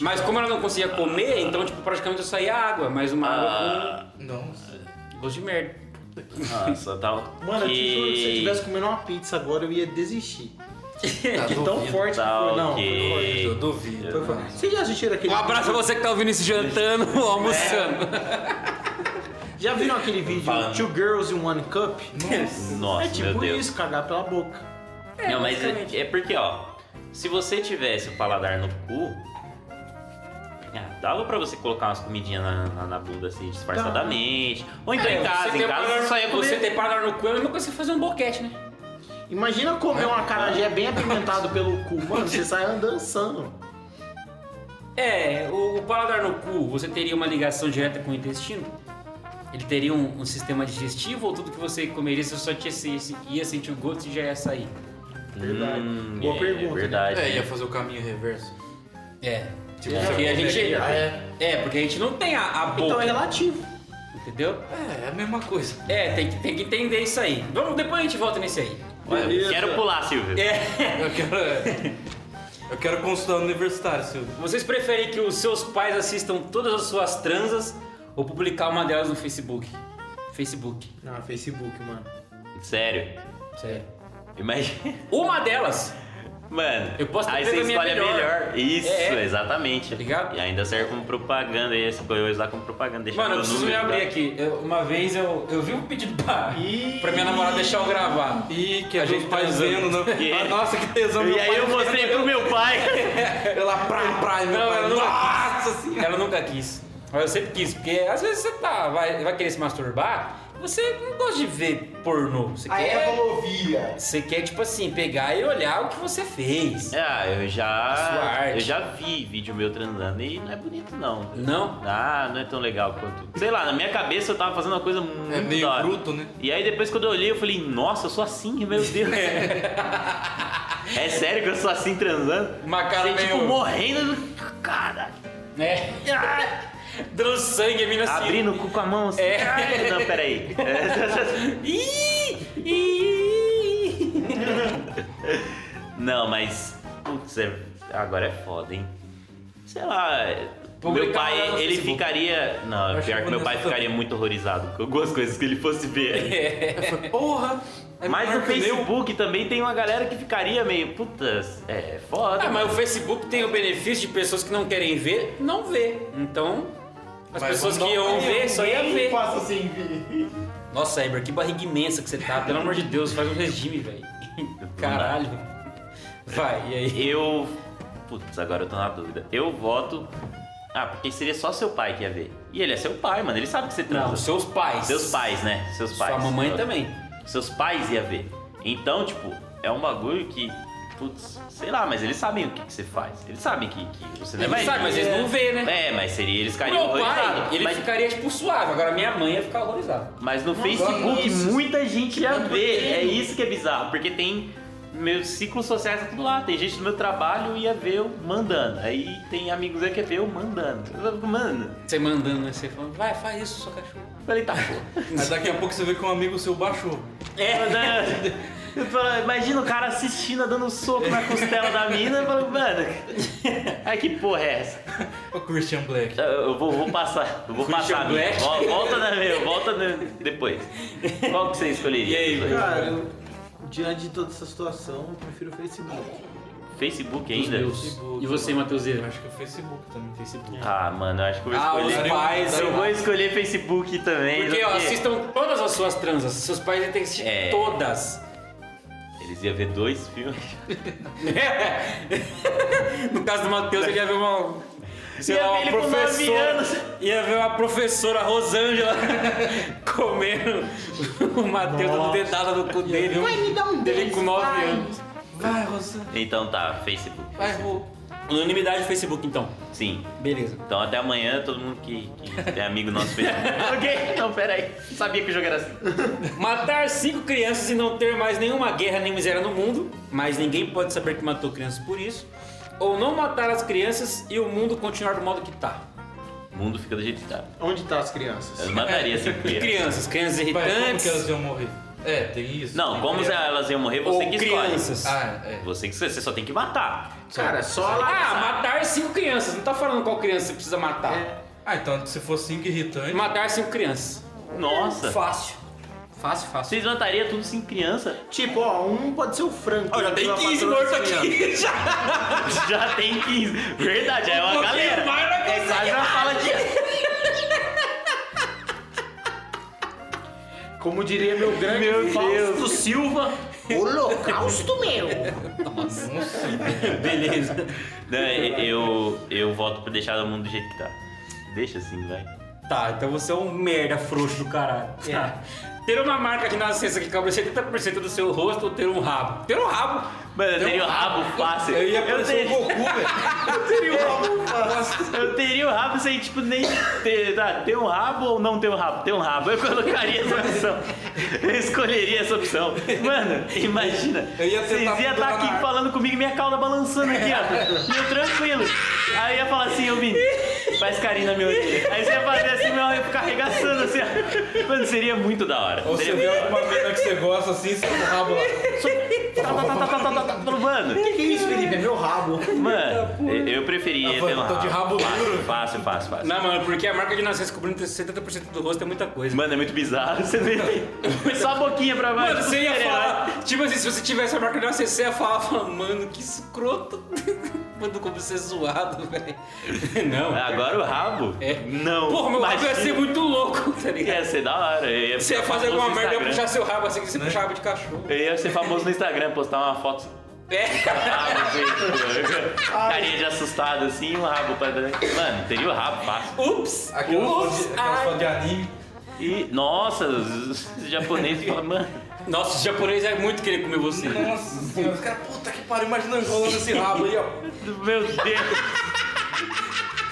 Speaker 2: Mas como ela não conseguia comer, então tipo, praticamente eu saía água, mas uma água
Speaker 5: Ah,
Speaker 4: Nossa.
Speaker 2: com gosto de merda.
Speaker 5: nossa, tava.
Speaker 3: Mano, eu te juro, se eu
Speaker 5: que...
Speaker 3: estivesse comendo uma pizza agora, eu ia desistir. De tão
Speaker 4: tá duvido.
Speaker 3: forte que
Speaker 5: Tá,
Speaker 3: foi. um Não,
Speaker 5: ok.
Speaker 3: foi forte.
Speaker 4: Eu duvido.
Speaker 3: Foi forte. Vocês já assistiram aquele
Speaker 2: Um abraço a você que tá ouvindo isso jantando (laughs) ou almoçando.
Speaker 3: Já viram aquele vídeo?
Speaker 5: Falando.
Speaker 3: Two Girls in One Cup?
Speaker 5: Nossa,
Speaker 3: é tipo
Speaker 5: meu Deus.
Speaker 3: isso, cagar pela boca.
Speaker 5: não, mas é, é porque, ó. Se você tivesse o paladar no cu. ah, Dava pra você colocar umas comidinhas na, na- na bunda assim, disfarçadamente. Ou
Speaker 2: É,
Speaker 5: então em casa, em casa você só ia comer.
Speaker 2: Você ter paladar no cu é a mesma coisa que você fazer um boquete, né?
Speaker 3: Imagina comer um acarajé bem apimentado pelo cu. Mano, você sai andando sano.
Speaker 2: É, o, o paladar no cu, você teria uma ligação direta com o intestino? Ele teria um, um sistema digestivo ou tudo que você comeria você só tinha, se- se- ia sentir o gosto e já ia sair?
Speaker 3: Verdade.
Speaker 5: Hum,
Speaker 3: Boa
Speaker 5: é,
Speaker 3: pergunta.
Speaker 5: verdade.
Speaker 4: É, ia
Speaker 5: né?
Speaker 4: fazer o caminho reverso.
Speaker 2: É.
Speaker 4: Tipo,
Speaker 2: É,
Speaker 4: você
Speaker 2: porque a gente-
Speaker 4: comeria,
Speaker 2: É, porque a gente não tem a, a boca,
Speaker 3: Então é relativo.
Speaker 2: entendeu?
Speaker 4: É, é a mesma coisa.
Speaker 2: É, tem que, tem que entender isso aí. Vamos, depois a gente volta nesse aí.
Speaker 5: Olha,
Speaker 3: Beleza.
Speaker 5: Quero pular,
Speaker 2: (laughs)
Speaker 5: Silvio.
Speaker 2: É.
Speaker 4: Eu quero. é, Eu quero consultar no universitário, Silvio.
Speaker 2: Vocês preferem que os seus pais assistam todas as suas transas ou publicar uma delas no Facebook? Facebook.
Speaker 3: Não, Ah, Facebook, mano.
Speaker 2: É.
Speaker 5: Sério.
Speaker 2: Sério.
Speaker 5: Imagina.
Speaker 2: É.
Speaker 5: (laughs)
Speaker 2: Uma delas.
Speaker 5: Mano,
Speaker 2: Eu posso ter
Speaker 5: aí você
Speaker 2: pego a minha
Speaker 5: escolhe a
Speaker 2: melhor.
Speaker 5: melhor. Isso,
Speaker 2: É.
Speaker 5: exatamente.
Speaker 2: Ligado?
Speaker 5: E ainda serve como propaganda, e esse goiô lá como propaganda. Deixa
Speaker 2: Mano, eu
Speaker 5: meu
Speaker 2: preciso me
Speaker 5: número,
Speaker 2: abrir
Speaker 5: tá?
Speaker 2: aqui. Eu- uma vez eu, eu vi um pedido pra,
Speaker 3: Ih.
Speaker 2: pra minha namorada deixar eu gravar.
Speaker 4: Ih, que
Speaker 2: A
Speaker 4: a
Speaker 2: gente
Speaker 4: gente tá vendo,
Speaker 2: transando.
Speaker 5: (laughs)
Speaker 4: né?
Speaker 5: Que-
Speaker 4: Ah, nossa, que tesão, meu
Speaker 5: E aí
Speaker 4: pai É
Speaker 5: eu
Speaker 4: vendo.
Speaker 5: mostrei pro meu
Speaker 2: (laughs)
Speaker 5: pai. (laughs)
Speaker 4: Ela pra, pra, meu
Speaker 2: Não,
Speaker 4: pai.
Speaker 2: ela nunca
Speaker 4: Nossa
Speaker 2: quis.
Speaker 4: senhora.
Speaker 2: Ela nunca quis. Mas eu sempre quis, porque às vezes você tá, vai, vai querer se masturbar, você não gosta de ver pornô. Você
Speaker 3: A
Speaker 2: quer.
Speaker 3: Evolovia.
Speaker 2: Você quer, tipo assim, pegar e olhar o que você fez.
Speaker 5: ah, eu
Speaker 2: sua
Speaker 5: já.
Speaker 2: arte.
Speaker 5: Eu já vi vídeo meu transando e não é bonito, não.
Speaker 2: Não?
Speaker 5: Ah, não é tão legal quanto. Sei lá, na minha cabeça eu tava fazendo uma coisa muito.
Speaker 4: É meio
Speaker 5: da hora.
Speaker 4: bruto, né?
Speaker 5: E aí depois quando eu olhei, eu falei, nossa, eu sou assim, meu Deus. (laughs) é sério que eu sou assim transando?
Speaker 2: Uma cara
Speaker 5: Você,
Speaker 2: meio- (laughs)
Speaker 5: tipo, morrendo do. Cara.
Speaker 2: Né? Dando sangue, a mina assim.
Speaker 5: Abrindo
Speaker 2: (laughs)
Speaker 5: o cu com a mão assim.
Speaker 2: É.
Speaker 5: Ai, (laughs) Não, peraí. É.
Speaker 2: (laughs) Ih! Ih!
Speaker 5: Não, mas. Putz, é- agora é foda, hein? Sei lá. é- Meu
Speaker 2: Publicar lá no
Speaker 5: pai, ele
Speaker 2: Facebook.
Speaker 5: ficaria. Não,
Speaker 4: acho
Speaker 5: pior
Speaker 4: que
Speaker 5: que meu
Speaker 4: vou
Speaker 5: pai
Speaker 4: nessa
Speaker 5: ficaria muito horrorizado com algumas coisas que ele fosse ver.
Speaker 4: Porra! É
Speaker 5: mas
Speaker 4: melhor
Speaker 5: no
Speaker 4: que o meu.
Speaker 5: Facebook também tem uma galera que ficaria meio. Putz, é foda.
Speaker 2: Ah, mas o Facebook tem o benefício de pessoas que não querem ver, não vê. Então, as
Speaker 4: Mas
Speaker 2: pessoas que
Speaker 4: vamos dar
Speaker 2: iam ver, só ia
Speaker 3: Ninguém
Speaker 2: é ver.
Speaker 3: passa assim, sem ver.
Speaker 2: Nossa, Eber, que barriga imensa que você tá. Pelo amor de Deus, faz um regime, velho. Caralho. Vai, e aí?
Speaker 5: Eu. Putz, agora eu tô na dúvida. Eu voto. Ah, porque seria só seu pai que ia ver. E ele é seu pai, mano. Ele sabe que você transa.
Speaker 2: Não, seus pais.
Speaker 5: Seus pais, né? Seus
Speaker 2: Sua
Speaker 5: pais.
Speaker 2: mamãe
Speaker 5: Eu-
Speaker 2: também.
Speaker 5: Seus pais ia ver. Então, tipo, é um bagulho que. Putz, sei lá, mas eles sabem o que, que você faz. Eles sabem que, que você não é
Speaker 2: Eles
Speaker 5: mais-
Speaker 2: sabem, mas eles não vê, né?
Speaker 5: É, mas seria. Eles ficariam
Speaker 2: Meu pai,
Speaker 5: horrorizados.
Speaker 2: ele
Speaker 5: Mas,
Speaker 2: ficaria tipo suave, agora minha mãe ia ficar horrorizada.
Speaker 5: mas no Facebook,
Speaker 3: isso.
Speaker 5: muita gente ia ver. É isso que é bizarro, porque tem. Meus ciclos sociais tá tudo lá. Tem gente do meu trabalho ia ver eu mandando. Aí tem amigos aí que ia ver eu mandando. Eu fico, Mano,
Speaker 2: Você mandando, né? Você falando, vai, faz isso, sua cachorro.
Speaker 5: eu falei, tá, pô.
Speaker 2: (laughs)
Speaker 4: Mas daqui a pouco você vê que um amigo seu baixou.
Speaker 5: É, né? Eu falo, Imagina o cara assistindo, dando um soco na costela da mina e falando, mano, ai que porra é essa?
Speaker 4: O Christian Black.
Speaker 5: Eu- Eu vou, vou passar, eu vou
Speaker 2: Christian
Speaker 5: passar a minha.
Speaker 2: Black.
Speaker 5: Vol- Volta na minha, volta na- depois. Qual que você escolheria?
Speaker 2: E aí,
Speaker 5: Dois.
Speaker 2: velho?
Speaker 3: Cara, eu, diante de toda essa situação, eu prefiro o Facebook.
Speaker 5: Facebook
Speaker 2: Os
Speaker 5: ainda?
Speaker 2: meus. E você,
Speaker 4: Eu
Speaker 2: Matheuseira?
Speaker 4: acho que é o Facebook também.
Speaker 2: Facebook.
Speaker 5: Ah, mano, eu acho que eu vou
Speaker 2: Ah, os
Speaker 5: escolher.
Speaker 2: pais,
Speaker 5: eu
Speaker 2: eu-
Speaker 5: vou escolher Facebook também.
Speaker 2: Porque, ó, assistam todas as suas transas. Seus pais iam ter que assistir
Speaker 5: É.
Speaker 2: todas. (laughs)
Speaker 5: Eles iam ver dois filmes. (laughs)
Speaker 2: no caso do Matheus, ele ia ver uma. Sei
Speaker 5: Ia
Speaker 2: lá,
Speaker 5: ver
Speaker 2: uma
Speaker 5: ele com nove
Speaker 2: professora.
Speaker 5: anos.
Speaker 2: Ia ver uma professora Rosângela (laughs) comendo o Matheus dando dedada no cu dele. Ele com 9 anos.
Speaker 4: Vai, Rosana.
Speaker 5: Então tá, Facebook.
Speaker 4: Vai, Rô.
Speaker 2: Anonimidade do Facebook, então.
Speaker 5: Sim.
Speaker 2: Beleza.
Speaker 5: Então até amanhã, todo mundo que, que é amigo nosso fez. ok, não, pera aí. Sabia que o jogo era assim.
Speaker 2: Matar cinco crianças e não ter mais nenhuma guerra nem miséria no mundo, mas ninguém pode saber que matou crianças por isso. Ou não matar as crianças e o mundo continuar do modo que tá.
Speaker 5: O mundo fica do jeito que tá.
Speaker 3: Onde tá as crianças?
Speaker 5: Eu mataria cinco
Speaker 2: E crianças,
Speaker 5: crianças.
Speaker 2: crianças
Speaker 4: Vai, como
Speaker 2: irritantes
Speaker 4: que elas iam morrer? É, tem isso.
Speaker 5: Não,
Speaker 4: tem
Speaker 5: como
Speaker 4: criança.
Speaker 5: elas iam morrer, você
Speaker 2: ou
Speaker 5: que escolhe.
Speaker 2: crianças.
Speaker 4: Ah, é.
Speaker 5: Você que você só tem que matar.
Speaker 3: Cara, só lá.
Speaker 2: Ah, matar cinco crianças. Não tá falando qual criança você precisa matar.
Speaker 4: Ah, então se for cinco irritantes.
Speaker 2: Matar cinco crianças.
Speaker 5: Nossa.
Speaker 2: Fácil. Fácil, fácil.
Speaker 5: Vocês matariam tudo sem criança?
Speaker 3: Tipo, ó, um pode ser o Franco.
Speaker 2: Olha,
Speaker 3: outro é
Speaker 2: tem
Speaker 3: a
Speaker 2: 15
Speaker 3: patroa
Speaker 2: mortos
Speaker 3: das crianças.
Speaker 2: aqui já.
Speaker 5: (laughs) Já tem 15. Verdade, é uma
Speaker 2: Porque
Speaker 5: galera.
Speaker 2: mais vai
Speaker 5: É quase uma fala de.
Speaker 3: Como diria meu grande
Speaker 5: Meu
Speaker 3: Fausto
Speaker 5: Deus.
Speaker 3: Silva, holocausto meu.
Speaker 2: Beleza.
Speaker 5: Não, eu, eu, eu voto pra deixar o mundo do jeito que tá. Deixa assim, vai.
Speaker 2: Tá, então você é um merda frouxo do caralho. Tá. Ter uma marca de nascença que cobre 70% do seu rosto ou ter um rabo? Ter um rabo.
Speaker 5: Mano, eu teria o rabo fácil.
Speaker 4: Eu ia um
Speaker 5: (laughs) eu
Speaker 4: parecer o
Speaker 5: teria,
Speaker 4: Goku, velho.
Speaker 5: eu teria o rabo sem, tipo, nem ter, tá, ter um rabo ou não ter um rabo. Ter um rabo. Eu colocaria essa opção. Eu escolheria essa opção. Mano, imagina.
Speaker 4: Eu ia
Speaker 5: Vocês
Speaker 4: tentar pular
Speaker 5: iam estar
Speaker 4: na
Speaker 5: aqui
Speaker 4: árvore.
Speaker 5: falando comigo, minha cauda balançando aqui, ó. E eu tranquilo. Aí eu ia falar assim, eu vim. Faz carinho na minha orelha. Aí você ia fazer assim, meu, eu ia ficar arregaçando assim, ó. Mano, seria muito da hora.
Speaker 4: Ou você
Speaker 5: Seria
Speaker 4: vê
Speaker 5: muito da
Speaker 4: alguma mina que você gosta assim, você tá rabo lá.
Speaker 5: hora. Tá, tá, tá, tá, tá, tá, tá. Mano,
Speaker 3: Que que é isso, Felipe? É meu rabo.
Speaker 5: mano, eu- eu preferia
Speaker 4: Ah,
Speaker 5: ter um
Speaker 4: tô de rabo duro.
Speaker 5: Fácil, fácil, fácil.
Speaker 2: Não, mano, porque a marca de nascença cobrindo 70% do rosto é muita coisa.
Speaker 5: Mano, é muito bizarro. Você vê. Só a boquinha pra baixo.
Speaker 2: Mano, você ia
Speaker 5: super-herói. né?
Speaker 2: falar. Tipo assim, se você tivesse a marca de nascença, você ia falar, falar, mano, que escroto. (laughs) Mano, como você é zoado, velho. (laughs) Não.
Speaker 5: Agora o rabo?
Speaker 2: É.
Speaker 5: Não.
Speaker 2: Porra, meu rabo ia
Speaker 5: Ah, imagina.
Speaker 2: ser muito louco, tá ligado?
Speaker 5: Ia ser da hora. Eu ia
Speaker 2: Você ia
Speaker 5: ficar
Speaker 2: fazer
Speaker 5: famoso
Speaker 2: alguma
Speaker 5: no
Speaker 2: merda e ia
Speaker 5: Instagram.
Speaker 2: puxar seu rabo assim que
Speaker 4: Né?
Speaker 2: você puxa rabo de cachorro.
Speaker 5: Eu ia ser famoso no Instagram, postar uma foto. Ah,
Speaker 2: É. (laughs)
Speaker 5: Rabo, assim, carinha de assustado assim, um rabo pra Mano, teria o rabo fácil.
Speaker 2: Ups!
Speaker 4: Aquelas fotos
Speaker 2: Ups!
Speaker 4: de- aquelas
Speaker 2: ai.
Speaker 4: fotos de anime.
Speaker 5: E, nossa, os, os japoneses falam, mano.
Speaker 2: Nossa, os japoneses é muito querer comer você.
Speaker 4: Nossa senhora, os caras, puta que pariu, imagina eu enrolando esse rabo aí, ó.
Speaker 5: Meu Deus.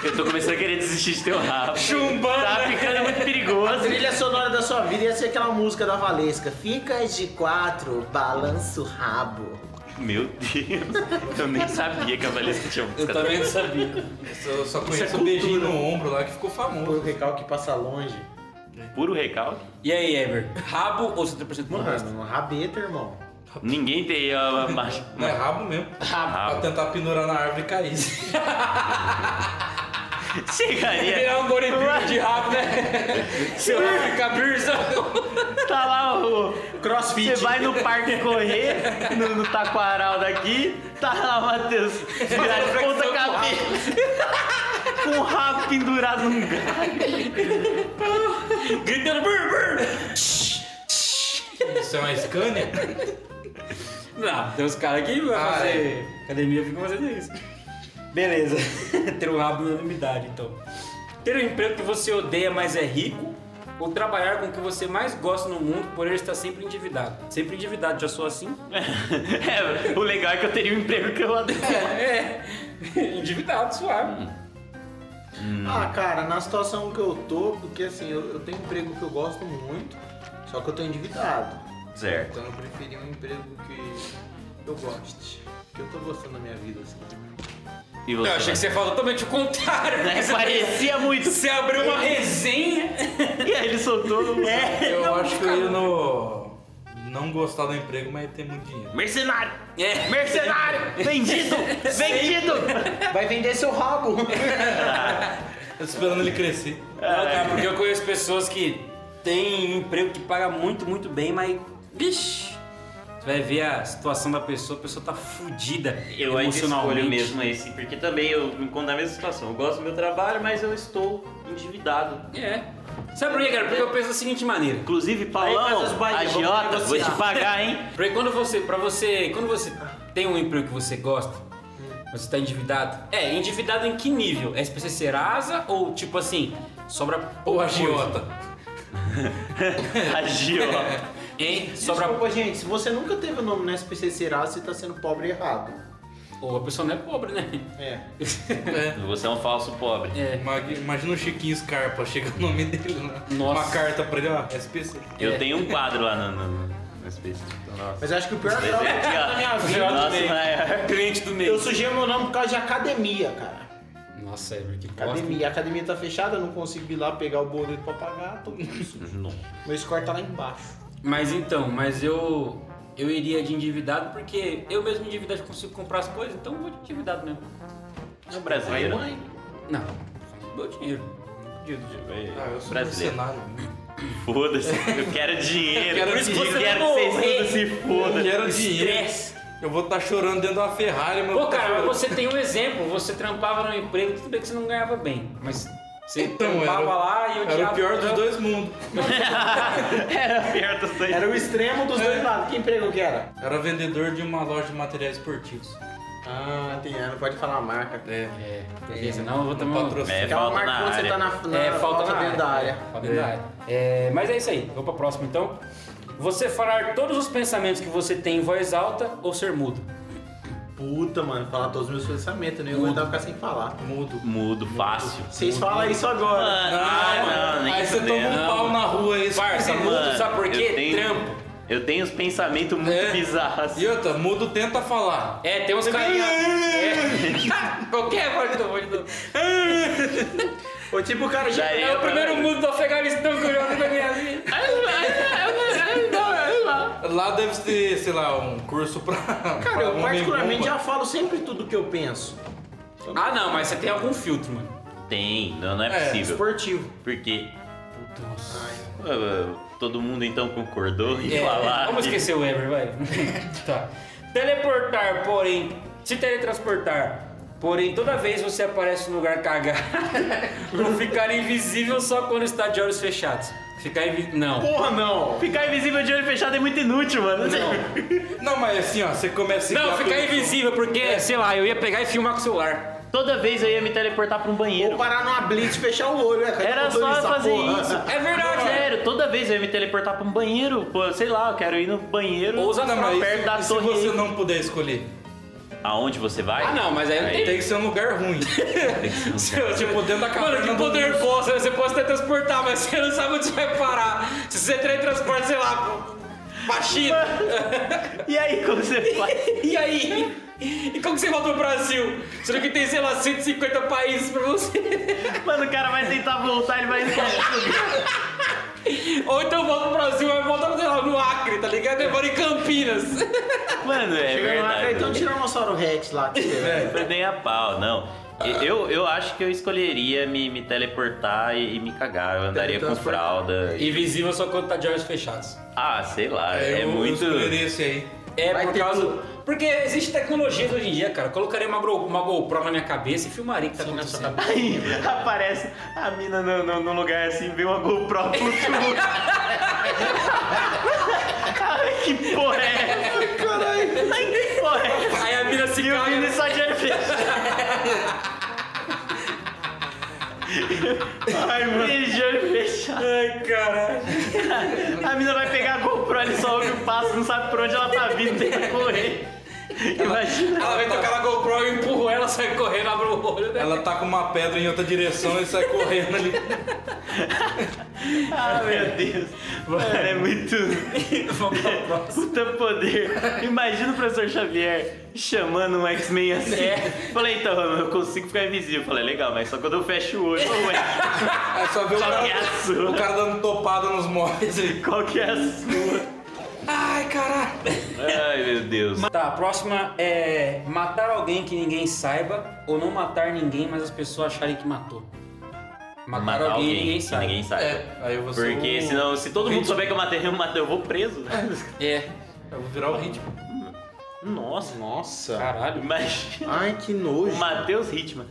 Speaker 5: Eu tô começando a querer desistir de ter um rabo.
Speaker 2: Chumbando,
Speaker 5: Tá
Speaker 2: né?
Speaker 5: ficando muito
Speaker 3: A
Speaker 5: perigoso.
Speaker 3: trilha sonora da sua vida ia ser aquela música da Valesca. Fica de quatro, balança o rabo.
Speaker 5: Meu Deus, eu nem sabia que a Valesca tinha
Speaker 2: Eu
Speaker 5: buscado.
Speaker 2: também não sabia.
Speaker 4: Eu só conheço
Speaker 3: é
Speaker 4: o beijinho
Speaker 3: cultura.
Speaker 4: no ombro lá que ficou
Speaker 3: Foi o
Speaker 4: famoso.
Speaker 3: recalque passa longe.
Speaker 5: Puro recalque.
Speaker 2: E aí, Ever? Rabo ou 70% do rosto?
Speaker 3: Mano, um rabeta, irmão.
Speaker 5: Ninguém teria a marcha.
Speaker 4: Não é rabo mesmo. Pra
Speaker 5: Rabo.
Speaker 4: tentar pendurar na árvore e cair. (laughs)
Speaker 5: Chegaria.
Speaker 2: Virar um goripinho de rabo, né? Seu rabo fica birza.
Speaker 5: Tá lá o.
Speaker 3: Crossfit.
Speaker 5: Você vai no parque correr, no, no taquaral daqui, tá lá o Matheus. Virar de ponta cabeça. Com o rabo pendurado num gato.
Speaker 2: Gritando bur, bur.
Speaker 4: Isso é uma Scania?
Speaker 2: Não, tem uns caras que vai
Speaker 4: Ah,
Speaker 2: fazer academia ficam fazendo isso. é. Beleza. (laughs) Ter um rabo na umidade, então. Ter um emprego que você odeia, mas é rico. Ou trabalhar com o que você mais gosta no mundo, porém estar sempre endividado. Sempre endividado, já sou assim?
Speaker 5: É, o legal é que eu teria um emprego que eu adoro.
Speaker 2: É, (laughs) endividado, suave.
Speaker 3: Ah, cara, na situação que eu tô, porque assim, eu, eu tenho um emprego que eu gosto muito, só que eu tô endividado.
Speaker 5: Certo.
Speaker 3: Então eu preferi um emprego que eu goste. Porque eu tô gostando da minha vida, (laughs) assim.
Speaker 5: E você?
Speaker 2: Eu achei que você falou totalmente o contrário.
Speaker 5: né?
Speaker 2: Você-
Speaker 5: (laughs) Parecia muito.
Speaker 2: (laughs) Você abriu uma resenha.
Speaker 5: E aí ele soltou. É.
Speaker 4: Eu acho que eu ia no. Não gostar do emprego, mas ter muito dinheiro.
Speaker 5: (laughs) Mercenário!
Speaker 2: É.
Speaker 5: Mercenário! Vendido! Vendido!
Speaker 3: Vai vender seu rabo!
Speaker 4: Eu tô esperando ele crescer.
Speaker 2: Não,
Speaker 5: É.
Speaker 2: cara, porque eu conheço pessoas que têm emprego que paga muito, muito bem, mas. Vixe! Você vai ver a situação da pessoa, a pessoa tá fudida
Speaker 5: Eu ainda
Speaker 2: emocionalmente.
Speaker 5: escolho mesmo esse, porque também eu me encontro na mesma situação. Eu gosto do meu trabalho, mas eu estou endividado.
Speaker 2: É. Sabe por quê, cara? Porque eu penso da seguinte maneira.
Speaker 5: Inclusive,
Speaker 3: Aí faz os
Speaker 5: Paulão,
Speaker 3: bailes,
Speaker 5: agiota,
Speaker 3: vamos
Speaker 5: vou te
Speaker 3: negociar.
Speaker 5: pagar, (laughs) hein?
Speaker 2: Porque quando você, pra você, quando você tem um emprego que você gosta, você tá endividado. É, endividado em que nível? É SPC Serasa ou tipo assim, sobra
Speaker 4: Ou
Speaker 2: pouca
Speaker 4: agiota.
Speaker 5: Agiota.
Speaker 2: coisa? Hein? Sobra
Speaker 3: Desculpa, gente, se você nunca teve o nome no SPC Serasa, você tá sendo pobre errado.
Speaker 2: ou a pessoa não é pobre, né?
Speaker 3: É.
Speaker 4: É.
Speaker 5: Você é um falso pobre.
Speaker 2: É.
Speaker 4: Mag- Imagina o Chiquinho Scarpa, chega o nome dele lá.
Speaker 2: Nossa.
Speaker 4: Uma carta pra ele, ó, SPC.
Speaker 5: Eu tenho um quadro lá no, no, no SPC. Nossa.
Speaker 3: Mas eu acho que o pior
Speaker 5: Mas é
Speaker 3: é
Speaker 5: aqui, ó.
Speaker 2: da
Speaker 3: (laughs)
Speaker 2: minha vida,
Speaker 5: Nossa,
Speaker 2: né?
Speaker 5: (laughs) maior.
Speaker 2: Cliente do
Speaker 3: eu
Speaker 2: mês.
Speaker 3: sujei meu nome por causa de academia, cara.
Speaker 2: Nossa, Ever, que bosta.
Speaker 3: Academia. A academia tá fechada, eu não consigo ir lá pegar o boleto pra pagar, tô muito sujo.
Speaker 5: Não.
Speaker 3: Meu score tá lá embaixo.
Speaker 2: Mas então, mas eu eu iria de endividado porque eu mesmo endividado consigo comprar as coisas, então eu vou de endividado mesmo.
Speaker 5: É
Speaker 3: um
Speaker 5: brasileiro.
Speaker 3: Aí, mãe.
Speaker 2: Não, meu dinheiro. Dinheiro do dinheiro.
Speaker 4: Ah, eu sou
Speaker 5: Brasileiro.
Speaker 4: mercenário.
Speaker 5: é, Foda-se. Eu quero dinheiro.
Speaker 4: Quero
Speaker 5: Por isso que
Speaker 4: dinheiro.
Speaker 5: Quero que
Speaker 2: Eu
Speaker 5: vocês
Speaker 2: morrer.
Speaker 5: todos se
Speaker 4: Eu
Speaker 5: fodam.
Speaker 4: quero dinheiro.
Speaker 2: Estresse.
Speaker 4: Eu vou estar chorando dentro da Ferrari, mano.
Speaker 2: Pô, cara, mas você tem um exemplo. Você trampava no emprego, tudo bem que você não ganhava bem, mas você
Speaker 4: Então, era,
Speaker 2: trampava lá e eu
Speaker 4: era o pior dos dois mundos.
Speaker 5: Era pior dos dois.
Speaker 3: Era o extremo dos dois lados. Que emprego que era?
Speaker 4: Era vendedor de uma loja de materiais esportivos.
Speaker 3: Ah, tem, não pode falar a marca.
Speaker 4: É.
Speaker 2: É, porque senão eu vou tomar um...
Speaker 4: Patrocínio.
Speaker 5: É,
Speaker 3: Aquela
Speaker 5: falta
Speaker 3: marca
Speaker 5: na
Speaker 3: quando você
Speaker 5: área.
Speaker 3: tá na, na
Speaker 2: É, falta na
Speaker 3: dentro da área.
Speaker 2: Falta dentro da área. É, mas é isso aí, vou pra próxima então. Você falar todos os pensamentos que você tem em voz alta ou ser mudo?
Speaker 3: puta, mano, falar todos os meus pensamentos, nem né? Eu aguentava ficar sem falar.
Speaker 4: Mudo.
Speaker 5: Mudo fácil.
Speaker 3: Vocês falam isso agora.
Speaker 5: Mano, ah, não, nem
Speaker 4: aí você
Speaker 5: fudendo.
Speaker 4: toma um pau na rua aí,
Speaker 2: Parça,
Speaker 4: você fica
Speaker 2: mano,
Speaker 4: mudo, sabe por
Speaker 5: eu
Speaker 4: quê?
Speaker 5: tenho-
Speaker 4: Trampo.
Speaker 5: Eu tenho uns pensamentos muito assim.
Speaker 4: É.
Speaker 5: bizarros.
Speaker 4: E outra, mudo tenta falar.
Speaker 2: É, tem uns (laughs) carinha. É. Qualquer voz do mundo.
Speaker 3: Ou tipo o cara já.
Speaker 5: Daí
Speaker 2: É o
Speaker 5: eu-
Speaker 2: primeiro mundo do Afeganistão que eu já vi na minha (laughs) vida. é,
Speaker 4: Lá deve ter, sei lá, um curso pra.
Speaker 3: Cara,
Speaker 4: pra
Speaker 3: eu
Speaker 4: homem
Speaker 3: particularmente
Speaker 4: bomba.
Speaker 3: já falo sempre tudo que eu penso.
Speaker 2: Ah, não, mas você tem algum filtro, mano.
Speaker 5: Tem, não, não é,
Speaker 4: É,
Speaker 5: possível.
Speaker 3: Esportivo.
Speaker 5: Porque. Ah, Todo mundo então concordou em
Speaker 2: É,
Speaker 5: falar.
Speaker 2: vamos
Speaker 5: que-
Speaker 2: esquecer o Weber, vai. (laughs) tá. Teleportar, porém. Se teletransportar, porém, toda vez você aparece num lugar (laughs) cagado. ou ficar invisível só quando está de olhos fechados. Ficar invisível. Não.
Speaker 3: Porra, não!
Speaker 5: Ficar invisível de olho fechado é muito inútil, mano.
Speaker 4: Não, mas assim, ó, você começa a É.
Speaker 2: Não,
Speaker 4: guiar
Speaker 2: ficar
Speaker 4: pelo-
Speaker 2: invisível, porque, sei lá, eu ia pegar e filmar com o celular.
Speaker 5: Toda vez eu ia me teleportar pra um
Speaker 3: Vou
Speaker 5: banheiro.
Speaker 3: parar numa blitz e fechar o olho, né? cara?
Speaker 5: Era
Speaker 3: Eu tô
Speaker 5: só
Speaker 3: nessa
Speaker 5: fazer
Speaker 3: porra.
Speaker 5: isso.
Speaker 2: É verdade, né?
Speaker 5: Sério, toda vez eu ia me teleportar pra um banheiro. Pô, sei lá, eu quero ir no banheiro
Speaker 2: Ou usar
Speaker 4: Não,
Speaker 2: pra
Speaker 4: mas
Speaker 5: perto
Speaker 4: e
Speaker 5: da
Speaker 4: se
Speaker 5: torre.
Speaker 4: você não puder escolher?
Speaker 5: Aonde você vai?
Speaker 2: Ah, não, mas aí não tem
Speaker 4: Tem que ser um lugar ruim.
Speaker 2: Seu, tipo, dentro da
Speaker 4: caverna
Speaker 2: Mano, que
Speaker 4: do
Speaker 2: poder bom, você você pode teletransportar, mas você não sabe onde você vai parar. Se você teletransporta, sei lá, pro- pra China.
Speaker 5: E aí, como você faz?
Speaker 2: (laughs)
Speaker 5: (laughs)
Speaker 2: E aí? E como que você volta pro Brasil? Sendo que tem, sei lá, 150 países pra você. (laughs)
Speaker 5: Mano, o cara vai tentar voltar, ele vai
Speaker 2: Ou então volta pro Brasil, mas volta, sei lá, no Acre, tá ligado? Eu moro em Campinas.
Speaker 5: (laughs)
Speaker 2: (laughs)
Speaker 5: Mano, é
Speaker 3: Chega lá, cara,
Speaker 5: verdade. É.
Speaker 3: então Tiranossauro Rex lá. que você-
Speaker 5: Não foi nem a pau, não. E- Eu, eu acho que eu escolheria me, me teleportar e, e me cagar. Eu andaria com
Speaker 3: Teletransportar.
Speaker 5: fralda. e-
Speaker 2: Invisível só quando tá de olhos fechados.
Speaker 5: Ah, sei lá,
Speaker 4: eu,
Speaker 5: (laughs) é
Speaker 4: eu
Speaker 5: muito.
Speaker 4: escolheria esse aí.
Speaker 2: É,
Speaker 3: Vai
Speaker 2: por
Speaker 3: ter
Speaker 2: causa.
Speaker 3: tudo.
Speaker 2: Porque existe tecnologias hoje em dia, cara. Eu colocaria uma, Go- uma GoPro na minha cabeça e filmaria o que tá
Speaker 4: Sim,
Speaker 2: acontecendo.
Speaker 4: sim.
Speaker 5: Aí aparece a mina no, no- no lugar assim, vê uma GoPro flutuando. Ai, que porra é essa? Caralho! Ai, que porra é essa?
Speaker 2: Aí a mina se
Speaker 5: E o
Speaker 2: cai.
Speaker 5: Vini só de olho fechado. Ai, mano. Vini de olho é fechado.
Speaker 2: Ai, caralho.
Speaker 5: A mina vai pegar a GoPro, ele só ouve o passo, não sabe por onde ela tá vindo, tem que correr. Imagina.
Speaker 2: Ela vem tocar na GoPro, eu empurro ela, sai correndo, abro o olho. Né?
Speaker 4: Ela tá com uma pedra em outra direção e sai correndo ali.
Speaker 5: Ah, meu Deus. Mano, é muito. Puta poder. Imagina o professor Xavier chamando um X-Men assim. Falei, então, Romão, eu consigo ficar invisível. Falei, legal, mas só quando eu fecho o olho. (laughs) Ué,
Speaker 4: Aí só vê o
Speaker 5: qual que é a
Speaker 4: cara, o
Speaker 5: sua?
Speaker 4: cara dando topada nos móveis ali.
Speaker 5: Qual que é a sua?
Speaker 4: Ai, caralho.
Speaker 5: Ai, meu Deus.
Speaker 2: Tá, a próxima é matar alguém que ninguém saiba ou não matar ninguém, mas as pessoas acharem que matou. Matar,
Speaker 5: Matar
Speaker 2: alguém,
Speaker 5: alguém,
Speaker 2: e ninguém
Speaker 5: que
Speaker 2: sabe.
Speaker 5: ninguém sabe.
Speaker 4: É, aí eu vou ser
Speaker 5: Porque
Speaker 4: o-
Speaker 5: senão, se todo mundo souber que eu matei, eu matei, eu vou preso.
Speaker 2: É.
Speaker 4: Eu vou virar o ritmo.
Speaker 5: Nossa,
Speaker 3: Nossa.
Speaker 2: Caralho.
Speaker 5: imagina.
Speaker 3: Ai, que
Speaker 5: O
Speaker 3: nojo.
Speaker 5: Matheus Hitman.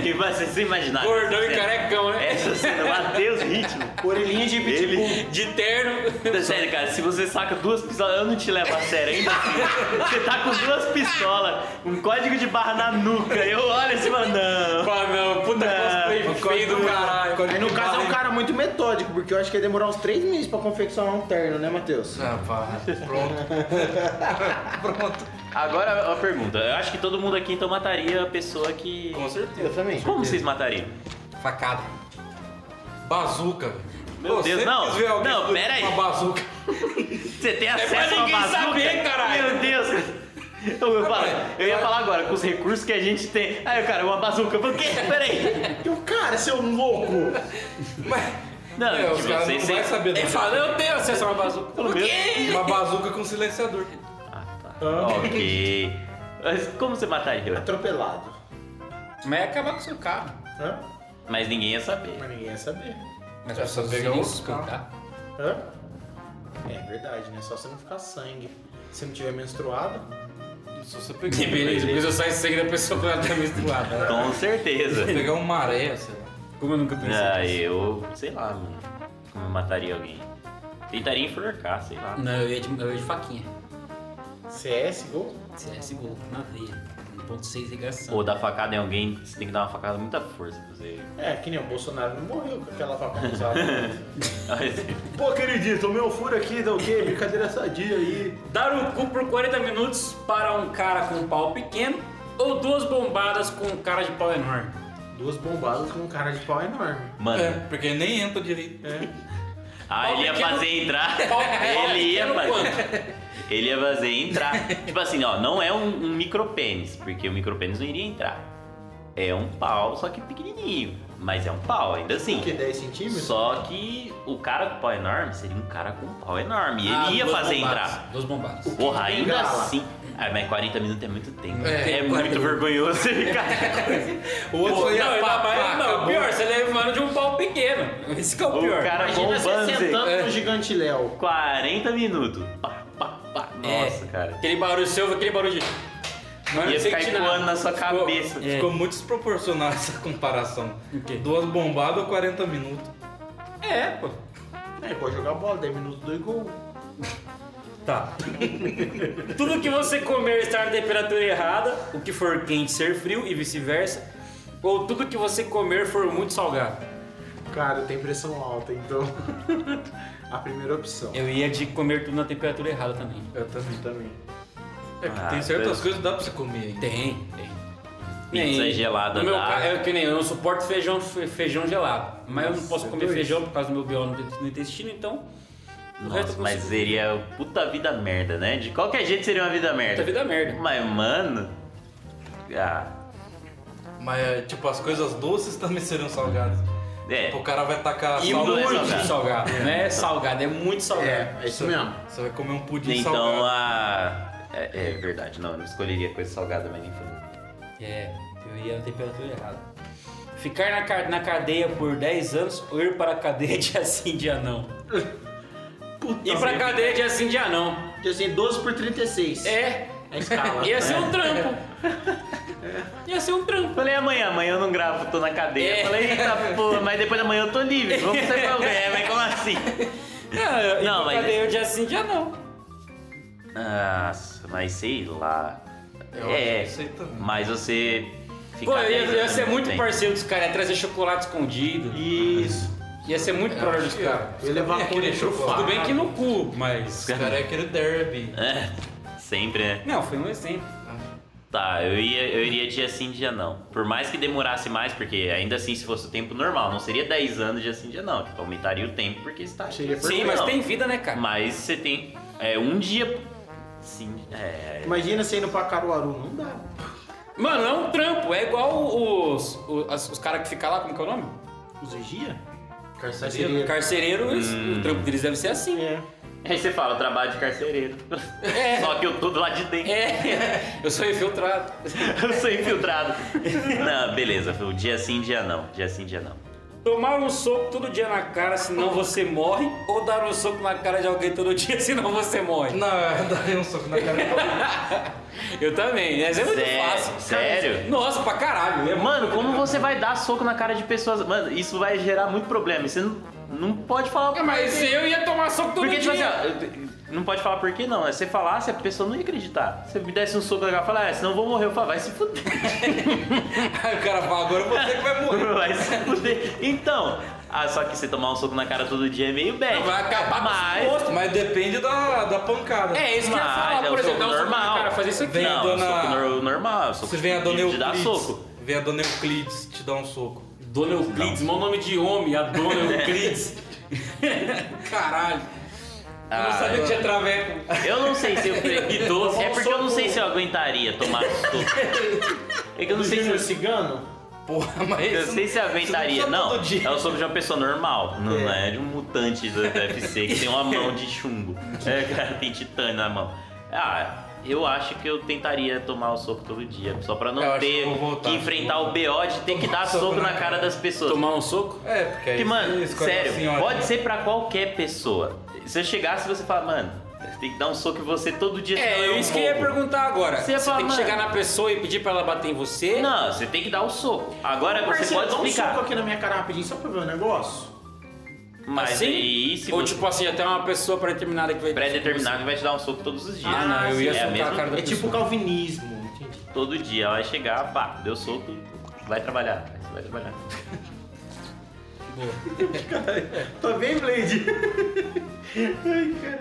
Speaker 5: Que vai ser sem imaginar.
Speaker 2: Gordão
Speaker 5: Essa
Speaker 2: e
Speaker 5: cena.
Speaker 2: carecão, né?
Speaker 5: Essa cena, Matheus Hitman.
Speaker 3: Orelhinha de pitbull.
Speaker 5: Ele.
Speaker 2: De terno.
Speaker 5: Sério, cara, se você saca duas pistolas, eu não te levo a sério ainda. assim. Você tá com duas pistolas, um código de barra na nuca, eu olho assim e falo, não.
Speaker 2: Pá, não. Puta cosplay feio
Speaker 4: O código-
Speaker 2: do caralho.
Speaker 4: código
Speaker 3: Aí no
Speaker 4: de
Speaker 3: caso é um
Speaker 4: barra,
Speaker 3: cara muito metódico, porque eu acho que ia demorar uns três meses pra confeccionar um terno, né, Matheus?
Speaker 4: hein? Ah, pá, pronto. pronto.
Speaker 5: Agora a pergunta, eu acho que todo mundo aqui então mataria a pessoa que.
Speaker 4: Com certeza.
Speaker 3: Eu também.
Speaker 5: Como vocês matariam?
Speaker 2: Facada.
Speaker 4: Bazuca. velho.
Speaker 5: Meu
Speaker 4: Pô,
Speaker 5: Deus,
Speaker 4: sempre
Speaker 5: não.
Speaker 4: quis ver alguém
Speaker 5: Não,
Speaker 4: com
Speaker 5: pera aí.
Speaker 4: Uma bazuca.
Speaker 5: Você
Speaker 4: É,
Speaker 5: tem
Speaker 2: pra
Speaker 5: acesso a
Speaker 2: ninguém
Speaker 5: uma bazuca?
Speaker 2: saber, caralho.
Speaker 5: Meu Deus! Então, Eu, eu, falo-
Speaker 4: mas-
Speaker 5: eu ia falar agora, com os recursos que a gente tem. Aí, cara, uma bazuca, por quê? Peraí!
Speaker 3: Eu, cara, seu louco!
Speaker 4: Mas...
Speaker 5: Não,
Speaker 4: é, os
Speaker 5: tipo,
Speaker 4: caras
Speaker 5: vocês-
Speaker 4: não vai
Speaker 5: vocês-
Speaker 4: saber. né?
Speaker 2: Ele
Speaker 4: não.
Speaker 2: fala, eu tenho acesso a uma bazuca.
Speaker 5: Pelo
Speaker 2: Por
Speaker 5: menos-
Speaker 2: quê?
Speaker 4: Uma bazuca com silenciador.
Speaker 5: Ah, tá. ok. Mas como você mataria?
Speaker 3: Atropelado.
Speaker 2: Mas ia acabar com o seu carro.
Speaker 3: Hã?
Speaker 5: Mas ninguém ia saber.
Speaker 3: Mas ninguém ia saber.
Speaker 2: Mas
Speaker 4: É,
Speaker 2: as pessoas
Speaker 4: só pegar
Speaker 2: iriam
Speaker 4: os
Speaker 2: suspeitar.
Speaker 3: Hã? É verdade, né? Só se não ficar sangue. Se não tiver menstruado,
Speaker 4: Se você pegar,
Speaker 2: Que beleza, depois eu saio sangue da pessoa quando ela tá menstruada. né?
Speaker 5: Com certeza.
Speaker 4: pegar um maré, sei lá.
Speaker 2: Como eu nunca pensei
Speaker 5: Ah,
Speaker 2: nisso.
Speaker 5: eu, sei lá, mano. Como eu mataria alguém? Tentaria enforcar, sei lá.
Speaker 2: Não, eu ia de, eu ia de faquinha.
Speaker 3: CS, gol.
Speaker 2: CSGO, é na veia. Um Não 1.6 regressão.
Speaker 5: Ou dar facada em alguém, você tem que dar uma facada com muita força pra você. (laughs)
Speaker 3: É, que nem o Bolsonaro não morreu com aquela faca usada.
Speaker 5: Mas-
Speaker 3: Pô, queridinho, tomei um furo aqui, dá o quê? Brincadeira sadia aí.
Speaker 2: Dar o cu por 40 minutos para um cara com um pau pequeno ou duas bombadas com um cara de pau enorme.
Speaker 3: Duas bombadas com um cara de pau enorme.
Speaker 5: Mano,
Speaker 4: É, porque nem entra direito.
Speaker 3: É.
Speaker 5: ah, ele ia
Speaker 2: Pau pequeno-
Speaker 5: fazer entrar.
Speaker 2: Pau pequeno
Speaker 5: (laughs) Ele ia
Speaker 2: quanto?
Speaker 5: fazer. Ele ia fazer entrar. Tipo assim, ó, não é um, um micropênis, porque o micropênis não iria entrar. É um pau, só que pequenininho. Mas é um pau, ainda assim.
Speaker 3: O que, 10 centímetros?
Speaker 5: Só que o cara com pau enorme seria um cara com pau enorme. Ele
Speaker 2: Ah,
Speaker 5: ia
Speaker 2: duas
Speaker 5: fazer
Speaker 2: bombadas,
Speaker 5: entrar.
Speaker 2: Duas bombadas.
Speaker 5: Porra,
Speaker 3: tem
Speaker 5: ainda
Speaker 3: grala?
Speaker 5: assim. Ah, mas 40 minutos é muito tempo.
Speaker 4: É,
Speaker 5: É, muito vergonhoso você ficar.
Speaker 4: O outro
Speaker 2: Pô,
Speaker 4: só ia
Speaker 2: não,
Speaker 4: pá,
Speaker 2: ainda mais-
Speaker 4: pá,
Speaker 2: não,
Speaker 4: acabou.
Speaker 2: o pior, você leva mano de um pau pequeno. Esse que (laughs) é o,
Speaker 5: O
Speaker 2: pior.
Speaker 5: cara
Speaker 3: Imagina
Speaker 5: bombando.
Speaker 3: você sentando
Speaker 4: É.
Speaker 3: no gigante Léo.
Speaker 5: 40 minutos. Pá, pá, pá. Nossa,
Speaker 2: É,
Speaker 5: cara.
Speaker 2: Aquele barulho seu, aquele barulho de. Não,
Speaker 5: Ia
Speaker 2: não sei
Speaker 5: ficar
Speaker 2: que nada.
Speaker 5: ecoando na sua
Speaker 2: Ficou-
Speaker 5: cabeça.
Speaker 2: É.
Speaker 4: Ficou muito desproporcional (laughs) essa comparação.
Speaker 2: O quê?
Speaker 4: Duas bombadas ou 40 minutos.
Speaker 2: É, pô.
Speaker 3: É, pode jogar bola, 10 minutos, 2 gols.
Speaker 5: (laughs)
Speaker 2: Tá. Tudo que você comer estar na temperatura errada, o que for quente ser frio e vice-versa, ou tudo que você comer for muito salgado.
Speaker 3: Cara, eu tenho pressão alta, então. (laughs) a primeira opção.
Speaker 2: Eu ia de comer tudo na temperatura errada também.
Speaker 4: Eu também.
Speaker 3: também.
Speaker 4: É que
Speaker 5: Ah,
Speaker 4: tem certas
Speaker 5: Deus.
Speaker 4: coisas que dá pra você comer ainda.
Speaker 2: Tem, tem.
Speaker 5: Pizza gelada
Speaker 2: No meu
Speaker 5: dá.
Speaker 2: caso, é que nem eu não suporto feijão, fe- feijão gelado. Mas eu não
Speaker 3: Nossa,
Speaker 2: posso
Speaker 3: é
Speaker 2: comer
Speaker 3: doido.
Speaker 2: feijão por causa do meu bioma no no intestino, então. o resto
Speaker 5: Nossa,
Speaker 2: eu
Speaker 5: mas
Speaker 2: consigo.
Speaker 5: seria puta vida merda, né? De qualquer jeito seria uma vida merda.
Speaker 2: Puta vida merda.
Speaker 5: Mas, mano. Ah,
Speaker 4: Mas, é, tipo, as coisas doces também seriam salgadas.
Speaker 5: é.
Speaker 4: Tipo, o cara vai tacar
Speaker 2: E
Speaker 4: sal-
Speaker 5: não é
Speaker 2: muito
Speaker 5: salgado.
Speaker 2: salgado. Não é salgado, é muito salgado.
Speaker 3: É, é isso mesmo.
Speaker 4: Você vai comer um pudim
Speaker 5: Então
Speaker 4: salgado.
Speaker 5: a. É, é verdade, não. Eu não escolheria coisa salgada, mas nem fudeu.
Speaker 2: É, eu ia na temperatura errada. Ficar na, ca- na cadeia por 10 anos ou ir para a cadeia (laughs) dia sim, dia não?
Speaker 3: Puta.
Speaker 2: Ir pra cadeia dia sim, dia não.
Speaker 3: Porque assim, 12 por 36.
Speaker 2: É,
Speaker 3: A escala.
Speaker 2: ia ser um trampo. Ia ser um trampo.
Speaker 5: Falei amanhã, amanhã eu não gravo, tô na cadeia.
Speaker 2: É.
Speaker 5: Falei, eita porra, mas depois da manhã eu tô livre. Vamos (laughs) ser problema, é, mas como assim?
Speaker 2: É, ir
Speaker 5: Não,
Speaker 2: pra
Speaker 5: mas-
Speaker 2: cadeia dia sim, dia não.
Speaker 5: Nossa, mas sei lá.
Speaker 4: Eu acho que
Speaker 5: é,
Speaker 4: eu sei também.
Speaker 5: mas você.
Speaker 2: Pô, eu ia, eu ia
Speaker 5: né?
Speaker 2: ser muito
Speaker 5: parceiro.
Speaker 2: parceiro dos caras, ia trazer chocolate escondido.
Speaker 5: Isso.
Speaker 2: Ia ser
Speaker 4: É,
Speaker 2: muito brother dos caras.
Speaker 3: Eu ia levar
Speaker 4: Aquele
Speaker 3: couro
Speaker 4: chocolate.
Speaker 2: é. Tudo
Speaker 3: trufado.
Speaker 2: bem que no cu,
Speaker 4: Os
Speaker 2: mas.
Speaker 4: caras é aquele derby.
Speaker 5: (laughs) É, sempre, né?
Speaker 2: Não, foi um exemplo.
Speaker 5: Tá, eu, ia, eu iria dia sim, dia não. Por mais que demorasse mais, porque ainda assim, se fosse o tempo normal, não seria 10 anos dia sim, dia não. Tipo, aumentaria o tempo porque está.
Speaker 3: Seria
Speaker 2: Sim,
Speaker 3: perfeito.
Speaker 2: mas
Speaker 5: Não.
Speaker 2: tem vida, né, cara?
Speaker 5: Mas você tem é, um dia. Sim, é.
Speaker 3: Imagina você indo pra Caruaru, não dá.
Speaker 2: Mano, é um trampo, é igual os, os, as- os caras que ficam lá, como que é o nome?
Speaker 3: Os vigia?
Speaker 2: É.
Speaker 4: Carcereiro.
Speaker 2: Carcereiro, eles-
Speaker 5: Hum.
Speaker 2: o trampo deles deve ser assim.
Speaker 3: É.
Speaker 5: Aí você fala, eu trabalho de carcereiro.
Speaker 2: É.
Speaker 5: (laughs) Só que eu tô do lado de dentro.
Speaker 2: É, (laughs) eu sou infiltrado.
Speaker 5: (laughs) Eu sou infiltrado. não, beleza, foi o dia sim, dia não. Dia sim, dia não.
Speaker 2: Tomar um soco todo dia na cara, senão você morre, ou dar um soco na cara de alguém todo dia, (laughs) senão você morre.
Speaker 4: Não, (laughs) eu daria um soco na (laughs) cara.
Speaker 2: Eu também, né? Mas é muito
Speaker 5: Sério?
Speaker 2: fácil.
Speaker 5: Sério?
Speaker 2: Nossa, pra caralho. É
Speaker 5: Mano, como você vai dar soco na cara de pessoas? Mano, isso vai gerar muito problema. Você não, não pode falar.
Speaker 2: É, Mas eu ia tomar soco todo
Speaker 5: Porque, tipo
Speaker 2: dia.
Speaker 5: assim, ó, eu- não pode falar por que não, né? Se você falasse, a pessoa não ia acreditar. Se eu me desse um soco na cara, eu falava, ah, senão eu vou morrer. Eu falava, vai se fuder. (laughs)
Speaker 2: (laughs)
Speaker 4: Aí o cara fala, agora você que vai morrer.
Speaker 5: vai se fuder. Então, ah, só que você tomar um soco na cara todo dia é meio bad.
Speaker 2: Vai acabar com
Speaker 5: mas...
Speaker 2: os postos.
Speaker 4: Mas depende da, da pancada.
Speaker 2: É isso que eu ia falar,
Speaker 5: Mas é
Speaker 2: por
Speaker 5: um
Speaker 2: exemplo,
Speaker 5: soco
Speaker 2: dar um soco na
Speaker 5: normal.
Speaker 2: cara, fazer isso aqui.
Speaker 4: Vem,
Speaker 5: não,
Speaker 4: dona-
Speaker 5: soco nor- normal, soco
Speaker 4: Se vem a dona
Speaker 5: de- de dar
Speaker 4: Euclides.
Speaker 5: soco.
Speaker 4: Vem a dona Euclides te dar um soco.
Speaker 2: Dona Euclides, mau nome de homem, a Dona
Speaker 5: (laughs) É.
Speaker 2: Euclides. Caralho. eu não
Speaker 5: Ah,
Speaker 2: sabia que tinha traveco.
Speaker 5: Eu não sei (laughs) se eu
Speaker 2: Idoso.
Speaker 5: É porque eu não sei se eu aguentaria tomar soco. É que eu não
Speaker 3: Do
Speaker 5: sei se
Speaker 3: Júnior
Speaker 5: eu
Speaker 3: Cigano?
Speaker 4: Porra, mas
Speaker 5: Eu
Speaker 4: isso
Speaker 5: sei se eu aguentaria.
Speaker 4: você não
Speaker 5: Não,
Speaker 4: precisa todo dia.
Speaker 5: é o soco de uma pessoa normal. Não, não é de um mutante do UFC que tem uma mão de chumbo. É, cara, tem titânio na mão. Ah, eu acho que eu tentaria tomar o soco todo dia. Só pra não
Speaker 4: Eu acho que
Speaker 5: ter
Speaker 4: eu vou voltar,
Speaker 5: que enfrentar
Speaker 4: vou
Speaker 5: o BO de ter que dar soco na cara das pessoas.
Speaker 2: Tomar um soco?
Speaker 4: É, assim, porque aí é
Speaker 5: Porque, mano,
Speaker 4: escolhe a
Speaker 5: sério,
Speaker 4: senhora.
Speaker 5: pode ser pra qualquer pessoa. Se eu chegasse, você fala, mano, tem que dar um soco em você todo dia. senão
Speaker 2: É,
Speaker 5: eu
Speaker 2: isso que eu ia
Speaker 5: morro."
Speaker 2: perguntar agora.
Speaker 5: Você
Speaker 2: Você,
Speaker 5: ia falar,
Speaker 2: tem que
Speaker 5: mano-
Speaker 2: chegar na pessoa e pedir pra ela bater em você?
Speaker 5: Não, você tem que dar o soco. Agora
Speaker 3: Ô,
Speaker 5: você
Speaker 3: parceiro,
Speaker 5: pode
Speaker 3: dá um
Speaker 5: explicar.
Speaker 3: soco aqui na minha cara rapidinho só pra ver um negócio.
Speaker 5: Mas
Speaker 2: Assim?
Speaker 5: aí, se
Speaker 2: Ou
Speaker 5: você
Speaker 2: tipo assim, até uma pessoa pré-determinada que vai...
Speaker 5: pré-determinado, vai te dar um soco todos os dias.
Speaker 2: Ah, não, eu ia
Speaker 5: é a
Speaker 2: soltar a
Speaker 5: mesma
Speaker 2: cara da
Speaker 3: É
Speaker 2: pessoa.
Speaker 3: tipo calvinismo, entendi.
Speaker 5: todo dia. Ela vai chegar, pá, deu soco, vai trabalhar, vai trabalhar.
Speaker 3: Tá bem, Blade?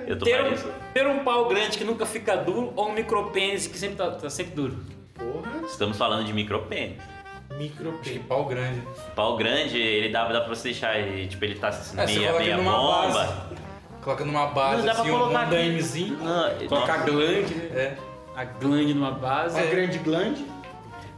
Speaker 5: Eu tô
Speaker 2: Ter
Speaker 5: parecido.
Speaker 2: um, ter um pau grande que nunca fica duro ou um micropênis que sempre tá, tá sempre duro?
Speaker 3: Porra.
Speaker 5: Estamos falando de micropênis.
Speaker 3: Micro
Speaker 4: Acho que pau grande.
Speaker 5: Pau grande, ele dá, dá pra você deixar, ele, tipo, ele tá assim,
Speaker 4: É, você
Speaker 5: meia,
Speaker 4: coloca
Speaker 5: meia
Speaker 4: ele numa
Speaker 5: bomba.
Speaker 4: base. Coloca numa base
Speaker 5: Não, dá pra
Speaker 4: assim, um
Speaker 5: colocar aqui.
Speaker 4: andamezinho.
Speaker 5: Não,
Speaker 2: Colocar a
Speaker 5: nossa.
Speaker 2: glande, né?
Speaker 4: É.
Speaker 2: A glande numa base.
Speaker 3: Uma grande glande.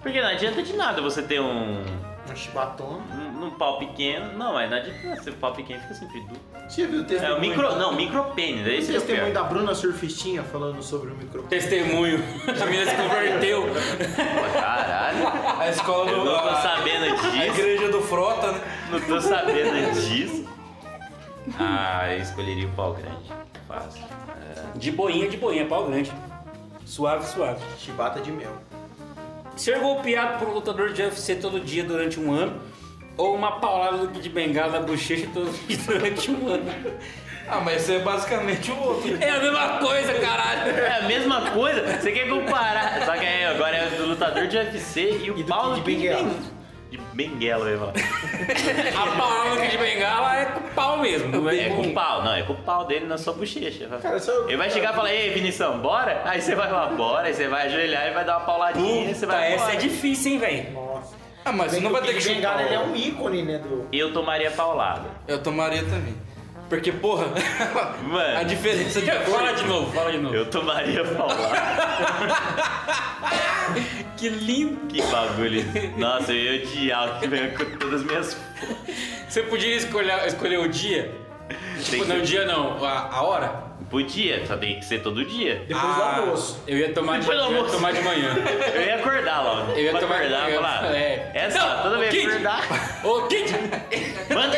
Speaker 5: Porque não adianta de nada você ter um,
Speaker 3: Uma chibatona.
Speaker 5: um, um pau pequeno. Não, mas não adianta. Se o pau pequeno fica sempre duro.
Speaker 3: Você já viu o
Speaker 5: É
Speaker 3: testemunho?
Speaker 5: o micro. Não, micropênis. É
Speaker 3: O
Speaker 5: esse que é o
Speaker 3: um testemunho
Speaker 5: pior.
Speaker 3: da Bruna Surfistinha falando sobre o micro.
Speaker 2: Testemunho. (laughs) A menina se converteu.
Speaker 5: (laughs) Caralho.
Speaker 4: A escola
Speaker 5: Eu
Speaker 4: do.
Speaker 5: não tô
Speaker 4: a-
Speaker 5: sabendo
Speaker 4: a
Speaker 5: disso.
Speaker 4: igreja do Frota, né?
Speaker 5: Não tô sabendo disso. Ah, eu escolheria o pau grande. Fácil.
Speaker 2: De boinha, de boinha, pau grande. Suave, suave.
Speaker 3: Chibata de mel.
Speaker 2: Ser golpeado por um lutador de UFC todo dia durante um ano ou uma paulada do Kid Bengala na bochecha todo dia durante um ano?
Speaker 4: Ah, mas isso é basicamente o outro.
Speaker 2: É a mesma coisa, caralho.
Speaker 5: É a mesma coisa, você quer comparar. Só que aí agora é do lutador de UFC e o
Speaker 3: E do
Speaker 5: pau
Speaker 3: Kid
Speaker 5: do Kid
Speaker 3: Bengala.
Speaker 5: Ben- De Benguela, eu ia falar.
Speaker 2: A paulada do Kid Bengala é com pau mesmo. não
Speaker 5: É com o
Speaker 2: pau.
Speaker 5: pau, não, é com o pau dele na sua bochecha.
Speaker 3: Cara, só-
Speaker 5: Ele vai chegar e falar, ei, Vinição, bora? Aí você vai falar, bora, aí você vai ajoelhar e vai dar uma pauladinha, e você
Speaker 2: Puta,
Speaker 5: vai
Speaker 2: essa
Speaker 5: embora.
Speaker 2: é difícil, hein, velho.
Speaker 3: Nossa.
Speaker 4: Ah, mas você não vai ter que
Speaker 3: Bengala,
Speaker 4: chutar.
Speaker 3: ele é um ícone, né, do...
Speaker 5: Eu tomaria paulada.
Speaker 4: Eu tomaria também. Porque, porra, (laughs) a
Speaker 5: Mano.
Speaker 4: diferença
Speaker 5: (laughs)
Speaker 4: de
Speaker 2: Fala de novo, fala de novo.
Speaker 5: Eu tomaria
Speaker 2: (laughs)
Speaker 5: paulada.
Speaker 2: Que lindo.
Speaker 5: que bagulho. Nossa, eu ia odiar o que vem com todas as minhas...
Speaker 2: Você podia escolher, escolher o dia? Tipo, não,
Speaker 5: Tem
Speaker 2: o
Speaker 5: que-
Speaker 2: dia não, a, a hora?
Speaker 5: Podia, só tem que ser todo dia.
Speaker 3: Depois do
Speaker 2: Ah,
Speaker 3: almoço.
Speaker 2: Eu ia tomar, de,
Speaker 5: Depois do
Speaker 2: eu ia
Speaker 5: almoço.
Speaker 2: tomar de manhã.
Speaker 5: Eu ia acordar lá.
Speaker 2: Eu ia
Speaker 5: Pra
Speaker 2: tomar-
Speaker 5: acordar e
Speaker 2: eu-
Speaker 5: falar.
Speaker 2: é.
Speaker 5: Essa,
Speaker 2: Não,
Speaker 5: toda vez que
Speaker 2: Kid.
Speaker 5: acordar,
Speaker 2: Ô, Kid!
Speaker 4: (laughs)
Speaker 5: manda.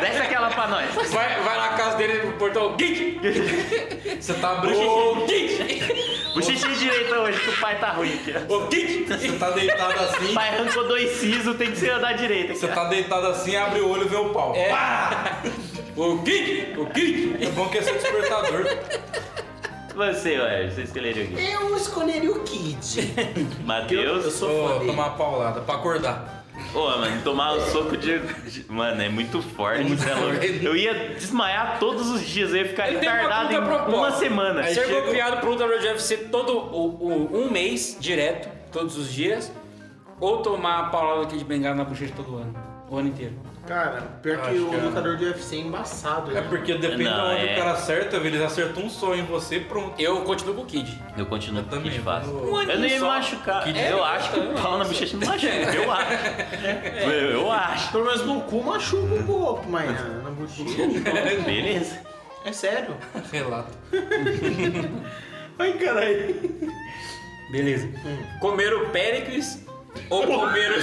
Speaker 5: Desce aquela pra nós.
Speaker 2: Vai, vai na casa dele no portão. Kid!
Speaker 4: você tá abrindo.
Speaker 2: Ô, Kid!
Speaker 5: Bochechinha direita hoje, que o pai tá ruim aqui. ó.
Speaker 2: Ô, Kid!
Speaker 4: Você tá deitado assim.
Speaker 5: O pai arrancou dois sisos, tem que ser da direita. aqui,
Speaker 4: Você
Speaker 5: ó.
Speaker 4: tá deitado assim, abre o olho e vê o pau. É,
Speaker 2: Ô, Kid! Ô, Kid!
Speaker 4: é bom que é seu despertador.
Speaker 5: Você, ué, você escolheria o quê?
Speaker 3: Eu escolheria o Kid. Eu
Speaker 5: Matheus?
Speaker 3: sou
Speaker 4: Ô,
Speaker 3: fã dele.
Speaker 4: tomar uma paulada pra acordar.
Speaker 5: Ô, mano, tomar um soco de. de- Mano, é muito forte,
Speaker 4: muito
Speaker 5: você é louco.
Speaker 4: forte.
Speaker 5: Eu ia desmaiar todos os dias, eu ia ficar
Speaker 2: Ele tem uma
Speaker 5: retardado em
Speaker 2: puta proposta.
Speaker 5: uma semana.
Speaker 4: Aí
Speaker 2: Ser
Speaker 4: chega-
Speaker 2: golpeado por um lutador de UFC todo o- o- um mês, direto, todos os dias, ou tomar a paulada aqui de bengala na bochecha todo ano, o ano inteiro.
Speaker 3: Cara, pior que
Speaker 4: Acho
Speaker 3: o
Speaker 4: que é.
Speaker 3: lutador de UFC é embaçado, né?
Speaker 4: É porque depende
Speaker 5: Não,
Speaker 4: de onde
Speaker 5: é.
Speaker 4: o cara acerta, viu? ele acertou um sonho em você, pronto.
Speaker 2: Eu continuo com o Kid.
Speaker 5: Eu continuo
Speaker 4: Eu
Speaker 5: com o
Speaker 4: também,
Speaker 5: Kid Fácil.
Speaker 4: mano. Um
Speaker 5: Eu não ia me
Speaker 2: só.
Speaker 5: machucar.
Speaker 4: Kid
Speaker 2: é
Speaker 5: Eu acho que
Speaker 2: bom,
Speaker 5: o pau na bochecha me machuca. Eu acho. Eu, eu acho.
Speaker 3: Pelo menos no cu machuca um pouco, mas na na bochecha.
Speaker 5: Beleza.
Speaker 3: É sério.
Speaker 4: Relato.
Speaker 3: Ai, caralho.
Speaker 2: Beleza. Hum. Comer o Péricles ou comer o...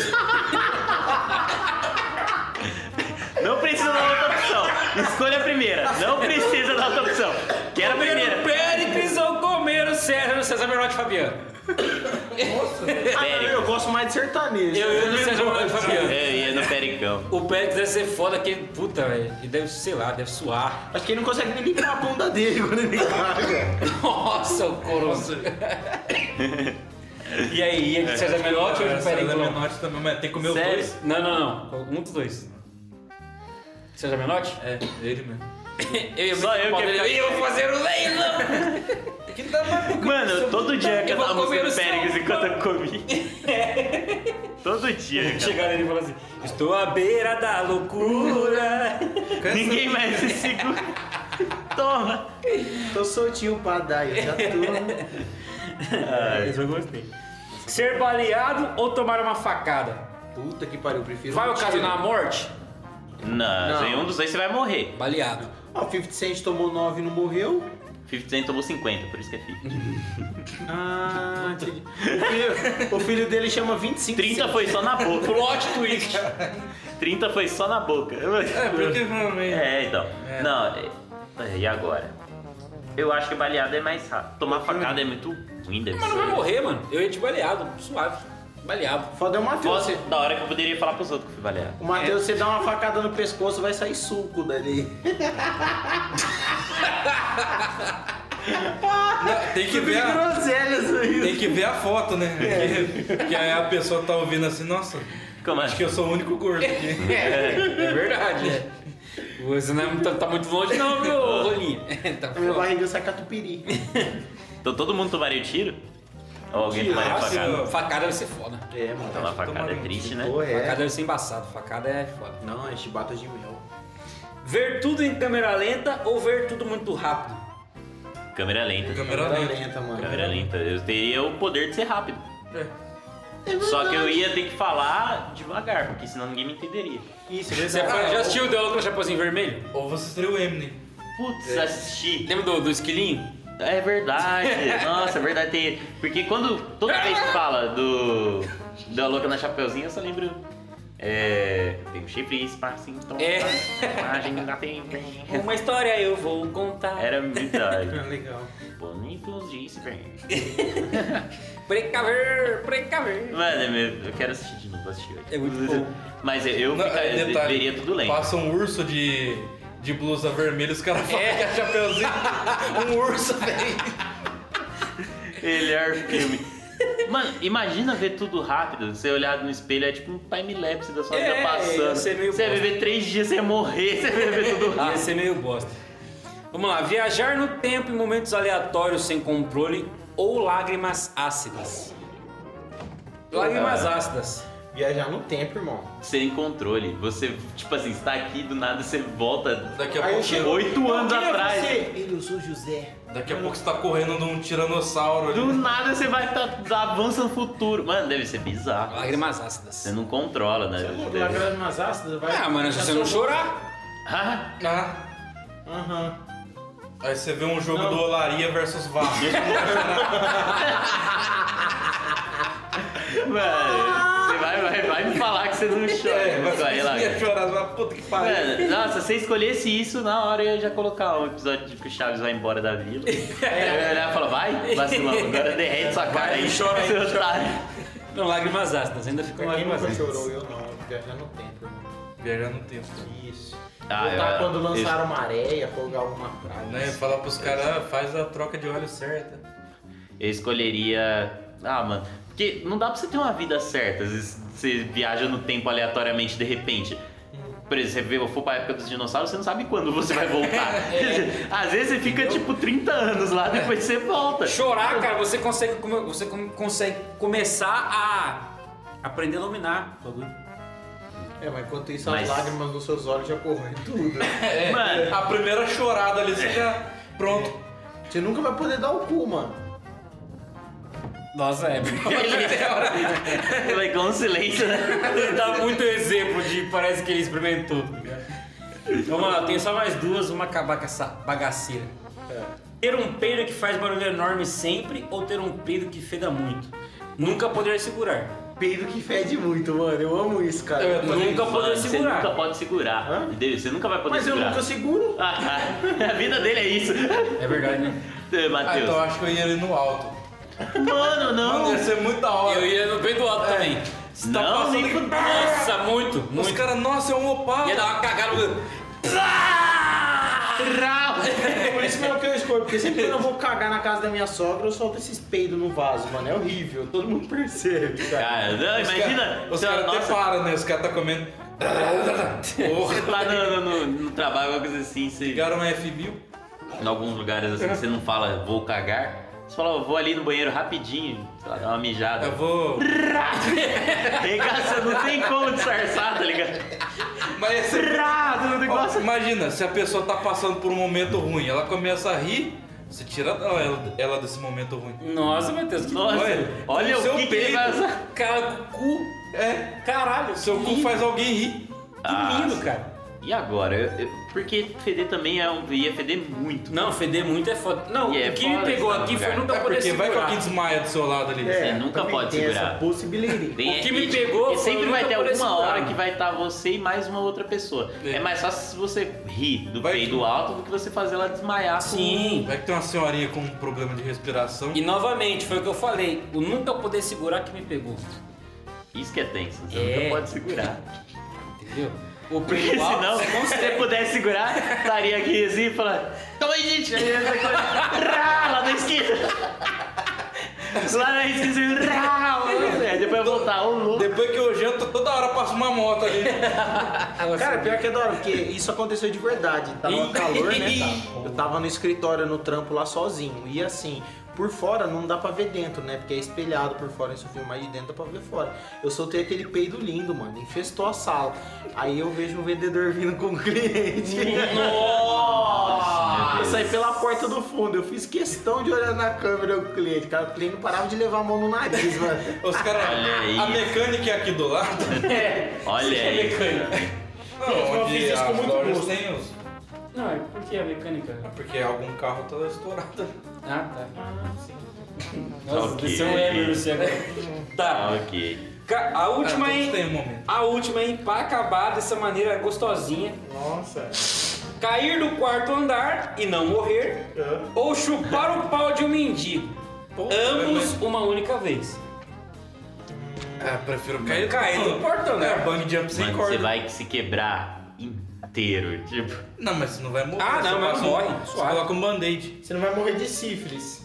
Speaker 5: Não precisa da outra opção. Escolha a primeira. Não precisa da outra opção. Quero a
Speaker 2: comer o
Speaker 5: primeira.
Speaker 2: Péricles ou comer o César, César Menotti Fabiano?
Speaker 3: Ah, não, eu gosto mais de sertanejo.
Speaker 2: Eu, eu do César Menotti Fabiano.
Speaker 5: É, Eu ia no Pericão.
Speaker 2: O Pérez deve ser foda que ele- puta, velho. Ele deve, sei lá, deve suar. (laughs)
Speaker 3: Acho que ele não consegue nem limpar a bunda dele quando ele (laughs) caga.
Speaker 2: Nossa, o coroço. e aí, ia de É, César Menotti ou de
Speaker 4: Cara, essa é
Speaker 2: Pérez?
Speaker 4: da Menotti também, mas tem que comer os
Speaker 5: Sério?
Speaker 4: dois.
Speaker 2: Não, não, não. Um dos dois. César Menotti?
Speaker 4: É, ele mesmo.
Speaker 2: Eu ia
Speaker 5: Só
Speaker 2: meter
Speaker 5: eu
Speaker 2: o pau
Speaker 5: que
Speaker 2: nele,
Speaker 5: ia
Speaker 2: eu vou fazer o leilão!
Speaker 5: Mano, todo dia eu
Speaker 2: Eu vou
Speaker 5: cantava a
Speaker 2: comer o
Speaker 5: música do
Speaker 2: seu
Speaker 5: Péricles
Speaker 2: pau.
Speaker 5: enquanto eu comi. Todo dia. cara.
Speaker 2: Chegar nele e falar assim: Estou à beira da loucura.
Speaker 5: Ninguém mais se segura. Toma.
Speaker 3: Tô soltinho pra dar, eu já tô.
Speaker 2: Isso eu gostei. (laughs) Ser baleado ou tomar uma facada?
Speaker 3: Puta que pariu, eu prefiro.
Speaker 2: Vai
Speaker 3: um tiro.
Speaker 2: ocasionar a morte?
Speaker 5: Não,
Speaker 3: Não.
Speaker 5: sem um dos dois você vai morrer.
Speaker 2: Baleado.
Speaker 3: Ah, o 50 Cent tomou 9 e não morreu.
Speaker 5: 50 Cent tomou 50, por isso que é 50.
Speaker 3: Ah, entendi. o, filho, o filho dele chama 25
Speaker 5: 30
Speaker 3: Cent.
Speaker 5: foi só na
Speaker 2: (laughs)
Speaker 5: boca.
Speaker 2: Plot twist.
Speaker 5: 30 foi só na boca.
Speaker 4: É, porque realmente.
Speaker 5: É, então.
Speaker 4: É.
Speaker 5: Não, é- e agora? Eu acho que baleada é mais rápido. Tomar facada é muito ruim, deve
Speaker 2: Mas não é vai
Speaker 5: ser.
Speaker 2: morrer, mano. Eu ia de baleado, suave. Baleado.
Speaker 3: Foda é o Matheus.
Speaker 5: Foda da hora que eu poderia falar pros outros que eu fui baleado.
Speaker 3: O Matheus, você dá uma facada no pescoço, vai sair suco dali.
Speaker 4: Não, tem que
Speaker 3: Que
Speaker 4: ver a,
Speaker 3: groselhas
Speaker 4: tem
Speaker 3: aí.
Speaker 4: que ver a foto, né? Que, que aí a pessoa tá ouvindo assim, nossa,
Speaker 5: Como é?"
Speaker 4: acho que eu sou o único gordo
Speaker 5: (laughs)
Speaker 4: aqui.
Speaker 2: (laughs) É verdade. Você não é muito- tá muito longe, não, (laughs) viu, Rolinho? Tá
Speaker 3: A minha
Speaker 2: fora.
Speaker 3: barriga sai catupiry.
Speaker 5: Então todo mundo tomaria o tiro? Ou alguém tomaria a
Speaker 4: Nossa, eu-
Speaker 5: facada?
Speaker 2: assim, Facada deve ser foda.
Speaker 3: É, mano.
Speaker 5: Então a facada é
Speaker 4: Tomaria um
Speaker 5: triste, né?
Speaker 3: Pô,
Speaker 2: Facada
Speaker 3: é.
Speaker 2: deve ser embaçado, facada é foda.
Speaker 3: Não, é chibata de mel.
Speaker 2: Ver tudo em câmera lenta ou ver tudo muito rápido?
Speaker 5: Câmera lenta.
Speaker 4: Câmera
Speaker 3: Tá
Speaker 4: lenta.
Speaker 3: lenta, mano.
Speaker 5: Câmera lenta. Eu teria o poder de ser rápido.
Speaker 4: É.
Speaker 5: Só que eu ia ter que falar devagar, porque senão ninguém me entenderia.
Speaker 3: Isso,
Speaker 2: Você
Speaker 3: verdade.
Speaker 2: já assistiu Ah, o Diálogo com o Chapeuzinho Vermelho?
Speaker 4: É. Ou você seria o Eminem.
Speaker 5: Putz, assisti.
Speaker 2: Lembra do, do esquilinho?
Speaker 5: É verdade. Nossa, é verdade. Tem... Porque quando toda vez que fala do. Da louca na Chapeuzinha, eu só lembro. É. Tem um chifre, espaço, então.
Speaker 2: É.
Speaker 5: Imagem ainda tem.
Speaker 2: Tá Uma história eu vou contar.
Speaker 5: Era verdade.
Speaker 3: Legal.
Speaker 5: Tipo, Bonitos de Spring.
Speaker 2: Precaver, precaver.
Speaker 5: Mano, é eu eu quero assistir de novo, vou assistir hoje.
Speaker 2: É muito bom.
Speaker 5: Mas eu, eu,
Speaker 4: Não,
Speaker 5: fica-
Speaker 4: é,
Speaker 5: eu
Speaker 4: detalhe,
Speaker 5: veria tudo lento.
Speaker 4: Passa um urso de, de blusa vermelha, os caras falam
Speaker 2: É.
Speaker 4: que é chapeuzinho. um urso, velho.
Speaker 5: Melhor é um filme. Mano, imagina ver tudo rápido. Você olhar no espelho é tipo um time-lapse da sua
Speaker 2: É,
Speaker 5: vida passando.
Speaker 2: ia ser meio
Speaker 5: você vai
Speaker 2: bosta.
Speaker 5: viver três dias, você ia morrer, você vai viver tudo (laughs)
Speaker 2: Ia
Speaker 5: rápido.
Speaker 2: ser meio bosta. Vamos lá, viajar no tempo em momentos aleatórios sem controle ou lágrimas ácidas? Lágrimas
Speaker 5: Ah.
Speaker 2: ácidas.
Speaker 3: Viajar no tempo, irmão.
Speaker 5: Sem controle. Você, tipo assim, está aqui do nada, você volta.
Speaker 4: Daqui a
Speaker 3: Aí
Speaker 4: pouco,
Speaker 3: chegou-
Speaker 5: é Oito anos
Speaker 3: Quem é
Speaker 5: atrás.
Speaker 3: você? Ele, eu sou o José.
Speaker 4: daqui a pouco você tá correndo de um tiranossauro. ali.
Speaker 5: Do nada você vai estar avançando no futuro. Mano, deve ser bizarro.
Speaker 2: Lágrimas
Speaker 5: Você
Speaker 2: ácidas.
Speaker 5: não controla, né?
Speaker 3: Você
Speaker 5: Deve-
Speaker 3: vai
Speaker 5: (laughs)
Speaker 3: virar umas ácidas, vai.
Speaker 2: Ah, mano, se você não chorar.
Speaker 5: Ah,
Speaker 4: Ah,
Speaker 3: Aham.
Speaker 4: aí você vê um jogo
Speaker 3: Não.
Speaker 4: do Olaria versus Vasco.
Speaker 5: mano, você vai, vai, vai me falar que você não
Speaker 4: (laughs)
Speaker 5: chora.
Speaker 4: É, mas
Speaker 5: vai lá.
Speaker 4: você ia chorar, você fala, puta que pariu.
Speaker 5: Mano, nossa, se você escolhesse isso, na hora eu ia já colocar um episódio de que o Chaves vai embora da vila.
Speaker 2: É.
Speaker 5: Aí eu ia olhar e falar, vai, vacilão, agora derrete sua cara aí.
Speaker 2: chora aí,
Speaker 5: seu otário.
Speaker 2: Não, lágrimas ácidas, ainda ficou
Speaker 3: É, Quem
Speaker 2: lágrimas
Speaker 3: nunca
Speaker 2: ácidas.
Speaker 3: chorou? Eu não. Viajar no tempo, irmão.
Speaker 4: Viajar no tempo.
Speaker 3: Isso.
Speaker 5: Ah,
Speaker 3: Voltar
Speaker 5: eu-
Speaker 3: quando lançaram uma areia, folgar alguma praia.
Speaker 4: Né? Falar pros caras, faz a troca de óleo certa.
Speaker 5: Eu escolheria. Ah, mano. Porque não dá pra você ter uma vida certa. Às vezes você viaja no tempo aleatoriamente de repente. Por exemplo, se você for pra época dos dinossauros, você não sabe quando você
Speaker 2: (laughs)
Speaker 5: vai voltar.
Speaker 2: É.
Speaker 5: Às vezes você fica tipo 30 anos lá, depois você volta.
Speaker 2: Chorar, cara, você consegue, come- você come- consegue começar a aprender a dominar o bagulho.
Speaker 3: É, mas enquanto isso,
Speaker 5: Mas-
Speaker 3: as lágrimas nos seus olhos já corroem
Speaker 5: (laughs)
Speaker 3: tudo. né?
Speaker 4: É,
Speaker 5: Mano.
Speaker 4: a primeira chorada ali, você já. Pronto.
Speaker 3: Você nunca vai poder dar o cu, mano.
Speaker 2: Nossa,
Speaker 5: (laughs)
Speaker 2: é.
Speaker 5: Legal um silêncio, né?
Speaker 2: Ele (laughs) dá muito exemplo de parece que ele experimentou. tá ligado? Vamos lá, eu tenho só mais duas, vamos acabar com essa bagaceira.
Speaker 5: É.
Speaker 2: Ter um peido que faz barulho enorme sempre ou ter um peido que feda muito? Nunca poder segurar.
Speaker 3: Peido que fede muito, mano. Eu amo isso, cara.
Speaker 4: Eu também.
Speaker 2: Nunca poder
Speaker 5: Você
Speaker 2: segurar.
Speaker 5: nunca pode segurar.
Speaker 3: Hã?
Speaker 5: Entendeu? Você nunca vai poder
Speaker 3: Mas eu
Speaker 5: segurar.
Speaker 3: nunca seguro.
Speaker 5: Ah, (laughs) a vida dele é isso.
Speaker 2: É verdade, né?
Speaker 5: Ê,
Speaker 4: Ah, então
Speaker 5: Matheus.
Speaker 4: acho que eu ia ali no alto.
Speaker 5: Mano,
Speaker 4: Mano,
Speaker 5: não.
Speaker 4: ia ser muito da hora.
Speaker 2: Eu ia no peido alto também.
Speaker 4: Você tá
Speaker 5: É. Não,
Speaker 4: passando
Speaker 5: nem
Speaker 4: aqui-
Speaker 2: Nossa, muito,
Speaker 4: Os
Speaker 2: muito.
Speaker 4: caras, nossa, é um opala.
Speaker 2: Ia dar uma cagada.
Speaker 5: Rau.
Speaker 3: É Por isso mesmo que eu escolho, porque sempre que eu vou cagar na casa da minha sogra, eu solto esses peidos no vaso, mano. É horrível, todo mundo percebe, cara.
Speaker 5: Cara, não,
Speaker 4: Os
Speaker 5: imagina.
Speaker 4: cara- Os
Speaker 5: você-
Speaker 4: caras até
Speaker 5: nossa,
Speaker 4: param, né? Os caras tá comendo.
Speaker 5: você tá no, no- no- no trabalho, alguma coisa assim, você,
Speaker 4: Ligaram uma F1000.
Speaker 5: em alguns lugares assim, você não fala vou cagar, você fala, "Eu vou ali no banheiro rapidinho, sei lá, dar uma mijada. (laughs)
Speaker 4: Eu vou.
Speaker 5: Regaça, não tem como disfarçar, tá ligado?
Speaker 4: Mas ia ser-
Speaker 5: Rado no
Speaker 4: Ó,
Speaker 5: negócio.
Speaker 4: Imagina, se a pessoa tá passando por um momento ruim, ela começa a rir, você tira ela, ela desse momento ruim.
Speaker 2: Nossa, Matheus, que
Speaker 5: Nossa,
Speaker 4: Olha,
Speaker 5: olha
Speaker 4: seu
Speaker 5: o que, que ele
Speaker 4: peito.
Speaker 5: vai usar.
Speaker 2: Cara, cu.
Speaker 4: É,
Speaker 2: Caralho,
Speaker 4: seu
Speaker 2: que
Speaker 4: cu
Speaker 2: lindo,
Speaker 4: faz alguém rir.
Speaker 5: Ah,
Speaker 2: Que lindo, cara.
Speaker 5: E agora? Eu- eu- porque feder também é um. ia feder muito.
Speaker 2: Não, feder muito é foda. Não,
Speaker 5: E é
Speaker 2: o que me
Speaker 5: foda
Speaker 2: pegou
Speaker 5: isso, né,
Speaker 2: aqui foi
Speaker 5: cara?
Speaker 2: nunca
Speaker 4: É
Speaker 2: poder
Speaker 4: porque vai que
Speaker 2: segurar.
Speaker 4: alguém desmaia do seu lado ali.
Speaker 5: É. nunca
Speaker 3: também
Speaker 5: pode
Speaker 3: tem
Speaker 5: segurar.
Speaker 3: Essa possibilidade.
Speaker 2: O
Speaker 5: Tem-
Speaker 2: que me
Speaker 5: e, tipo,
Speaker 2: pegou
Speaker 5: porque
Speaker 2: foi
Speaker 5: sempre
Speaker 2: eu
Speaker 5: vai
Speaker 2: nunca
Speaker 5: ter
Speaker 2: poder
Speaker 5: alguma
Speaker 2: segurar.
Speaker 5: hora que vai estar você e mais uma outra pessoa.
Speaker 4: É.
Speaker 5: É, mais fácil se você rir do
Speaker 4: Vai
Speaker 5: peido alto do que você fazer ela desmaiar. com-
Speaker 2: Sim.
Speaker 4: Vai é que tem uma senhorinha com um problema de respiração.
Speaker 2: E novamente, foi o que eu falei, o nunca poder segurar que me pegou.
Speaker 5: Isso que é tenso, você
Speaker 2: É.
Speaker 5: nunca pode segurar.
Speaker 4: Entendeu?
Speaker 2: (laughs)
Speaker 4: O
Speaker 5: Porque
Speaker 4: principal.
Speaker 5: senão, se você pudesse segurar, estaria aqui assim e falando: Calma aí, gente! Aí (laughs) essa coisa, rá, lá na esquina! Lá na esquina, você rá, mano. Aí é, depois eu voltar, ô louco!
Speaker 4: Depois que eu janto, toda hora passa uma moto ali.
Speaker 3: Cara, pior que é da hora, porque isso aconteceu de verdade. Tava
Speaker 2: Ih.
Speaker 3: calor, né? cara? Eu tava no escritório, no trampo lá sozinho. E assim, por fora não dá pra ver dentro, né? Porque é espelhado por fora, se eu filmar de dentro dá pra ver fora. Eu soltei aquele peido lindo, mano. Infestou a sala. Aí eu vejo um vendedor vindo com um cliente.
Speaker 5: Nossa!
Speaker 3: Eu saí pela porta do fundo. Eu fiz questão de olhar na câmera o cliente. Cara, o cliente não parava de levar a mão no nariz, mano.
Speaker 4: Os caras.
Speaker 5: Olha aí.
Speaker 4: A mecânica é aqui do lado.
Speaker 2: (laughs)
Speaker 5: Olha aí!
Speaker 4: Não,
Speaker 3: eu fiz isso com
Speaker 4: as
Speaker 3: muito
Speaker 4: lojas
Speaker 3: gosto.
Speaker 4: têm os-
Speaker 2: Não, é porque a mecânica.
Speaker 4: É Porque algum carro tá estourado.
Speaker 2: Ah, (laughs) tá. Nossa,
Speaker 5: Ok.
Speaker 2: desceu um Ever no céu agora.
Speaker 5: Ah,
Speaker 2: Tá.
Speaker 5: ok.
Speaker 2: Ca- A última,
Speaker 3: Tá,
Speaker 4: Ah, todos
Speaker 2: hein?
Speaker 4: têm um momento.
Speaker 2: A última, hein? Pra acabar dessa maneira gostosinha.
Speaker 3: Nossa.
Speaker 2: Cair do quarto andar e não morrer. Ou chupar o pau de um mendigo.
Speaker 4: Pô,
Speaker 2: Ambos uma única vez.
Speaker 4: É, prefiro cair.
Speaker 2: Cair do quarto andar.
Speaker 4: É, bang jump sem
Speaker 5: né? Mano, você
Speaker 4: corda.
Speaker 5: vai se quebrar inteiro, tipo.
Speaker 4: Não, mas você não vai morrer.
Speaker 2: Ah,
Speaker 4: você
Speaker 2: não, mas
Speaker 4: passa um-
Speaker 2: morre,
Speaker 4: Você
Speaker 2: suave.
Speaker 4: coloca um band-aid.
Speaker 3: Você não vai morrer de sífilis.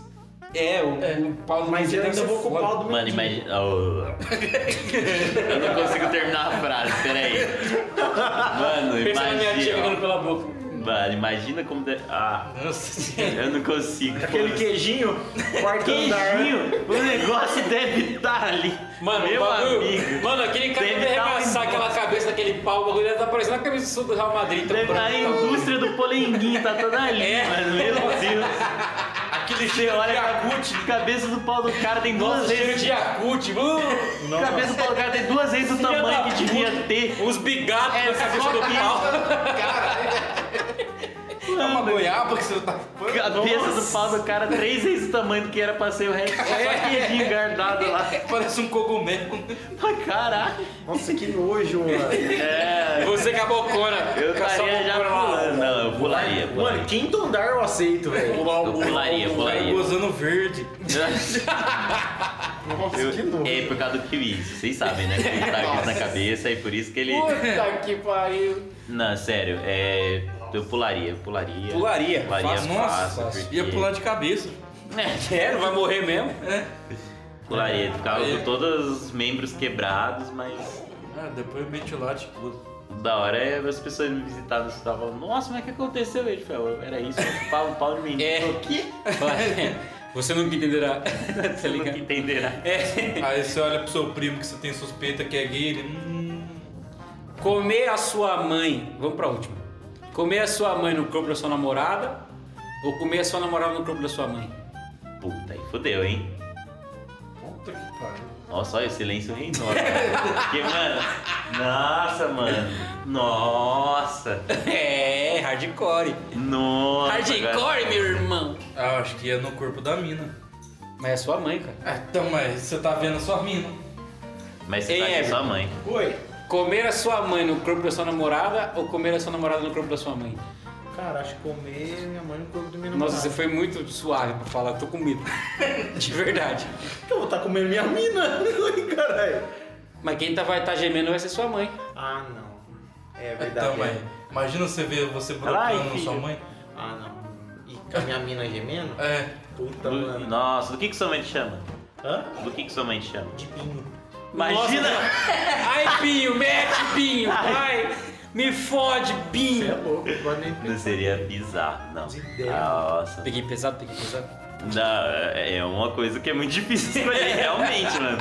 Speaker 2: É, o, o pau do
Speaker 3: Mas
Speaker 2: mendigo
Speaker 3: eu
Speaker 2: deve
Speaker 3: ainda
Speaker 2: ser
Speaker 3: vou com o
Speaker 2: foda.
Speaker 3: pau do
Speaker 5: Mano,
Speaker 3: mendigo.
Speaker 5: imagina. Oh. Eu não consigo terminar a frase, peraí. Mano,
Speaker 2: Pensa na minha tia
Speaker 5: imagina.
Speaker 2: pegando pela boca.
Speaker 5: Mano, imagina como. de- Ah,
Speaker 4: Nossa senhora.
Speaker 5: eu não consigo.
Speaker 3: Aquele queijinho, quarto andar.
Speaker 5: Queijinho, o negócio deve estar ali.
Speaker 2: né? Mano,
Speaker 5: meu
Speaker 2: o bagulho,
Speaker 5: amigo.
Speaker 2: Mano, aquele cara
Speaker 5: Deve
Speaker 2: deve tá
Speaker 5: dar um
Speaker 2: arregaçar aquela cabeça daquele pau, o bagulho deve tá parecendo a cabeça do Real Madrid. tão
Speaker 5: Deve
Speaker 2: branco,
Speaker 5: estar a
Speaker 2: tá louco.
Speaker 5: indústria do polenguinho, tá toda ali,
Speaker 2: É.
Speaker 5: mano. Meu Deus. Aquele cheiro olha de a cabeça do pau do cara tem duas
Speaker 2: Nossa, cheiro
Speaker 5: vezes.
Speaker 2: de (laughs) Yakut, uh,
Speaker 5: A cabeça do pau do cara tem duas vezes o
Speaker 2: Filha
Speaker 5: tamanho
Speaker 2: da
Speaker 5: que devia ter.
Speaker 2: os bigatos na cabeça
Speaker 5: É, só
Speaker 2: do pau.
Speaker 4: É uma goiaba que você tá.
Speaker 5: A cabeça do pau do cara três vezes o tamanho do que era pra ser o resto. Só queijinho guardado lá.
Speaker 4: Parece um
Speaker 5: (laughs)
Speaker 4: cogumelo.
Speaker 5: Pra caralho.
Speaker 3: Nossa, que nojo, mano.
Speaker 5: É.
Speaker 2: Você com a bocona.
Speaker 5: Eu um
Speaker 2: com a sua
Speaker 5: estaria já
Speaker 2: bocona lá.
Speaker 5: pulando. Não, eu pularia, pularia.
Speaker 3: Mano, quinto andar eu aceito, velho.
Speaker 5: Eu pularia,
Speaker 4: O cara
Speaker 5: pularia.
Speaker 4: gozando verde.
Speaker 3: Nossa, que nojo.
Speaker 5: É por causa do kiwi, vocês sabem, né? Que ele tá aqui na cabeça e por isso que ele.
Speaker 2: Puta que pariu.
Speaker 5: Não, sério, é. Eu pularia, eu pularia.
Speaker 2: Pularia,
Speaker 5: pularia
Speaker 4: Faz-
Speaker 5: fácil.
Speaker 4: Nossa,
Speaker 5: porque-
Speaker 4: ia pular de cabeça.
Speaker 2: É, não vai morrer mesmo?
Speaker 5: Pularia, ficava
Speaker 4: Aí.
Speaker 5: com todos os membros quebrados, mas.
Speaker 4: Ah, depois mete lá de tudo.
Speaker 5: o Da hora é as pessoas me visitavam e estavam falando, nossa, mas o que aconteceu? Ele falou, era isso, eu chupava um pau de mendigo.
Speaker 2: É.
Speaker 5: O quê?
Speaker 2: (laughs) Você nunca (laughs) entenderá. tá
Speaker 5: Você nunca né?
Speaker 2: ligado?
Speaker 5: entenderá.
Speaker 2: É.
Speaker 4: Aí você olha pro seu primo que você tem suspeita que é gay, ele. Hum.
Speaker 2: Comer a sua mãe. Vamos pra última. Comer a sua mãe no corpo da sua namorada ou comer a sua namorada no corpo da sua mãe?
Speaker 5: Puta, aí fodeu, hein?
Speaker 4: Puta que pariu.
Speaker 5: Nossa, olha, o silêncio reinou. cara. Porque, mano. Nossa, mano. Nossa.
Speaker 2: (laughs) É, hardcore.
Speaker 5: Nossa.
Speaker 2: Hardcore,
Speaker 5: cara.
Speaker 2: meu irmão.
Speaker 4: Ah, acho que ia no corpo da mina.
Speaker 2: Mas é sua mãe, cara.
Speaker 4: Ah, então, mas você tá vendo a sua mina.
Speaker 5: Mas você
Speaker 2: Ei,
Speaker 5: tá com
Speaker 2: Everton.
Speaker 5: sua mãe.
Speaker 3: Oi.
Speaker 2: Comer a sua mãe no corpo da sua namorada ou comer a sua namorada no corpo da sua mãe?
Speaker 3: Cara, acho que comer minha mãe no corpo do meu namorado.
Speaker 2: Nossa, você foi muito suave pra falar, tô com medo. (laughs) De verdade.
Speaker 3: Por que eu vou estar comendo minha mina? (laughs) Oi, caralho.
Speaker 2: Mas quem tá, vai estar gemendo vai ser sua mãe.
Speaker 3: Ah, não. É verdade.
Speaker 4: Então, mas
Speaker 3: é.
Speaker 4: imagina você ver você
Speaker 5: Ai,
Speaker 4: brotando na
Speaker 5: filho.
Speaker 4: sua mãe.
Speaker 3: Ah, não. E com a minha mina gemendo?
Speaker 4: É.
Speaker 3: Puta,
Speaker 5: Do-
Speaker 3: Tá, mano.
Speaker 5: Nossa, do que que sua mãe te chama?
Speaker 3: Hã?
Speaker 5: Do que que sua mãe te chama?
Speaker 3: De pinho.
Speaker 5: Imagina!
Speaker 2: Nossa, ai, Pinho, mete, Pinho, vai. Me fode,
Speaker 3: Você é
Speaker 2: Pinho.
Speaker 3: louco, não pode nem
Speaker 5: Não
Speaker 3: pensar.
Speaker 5: seria bizarro, não. Ah,
Speaker 3: De ideia.
Speaker 5: Nossa.
Speaker 2: Peguei pesado, peguei pesado.
Speaker 5: Não, é uma coisa que é muito (laughs) difícil de escolher, realmente, mano.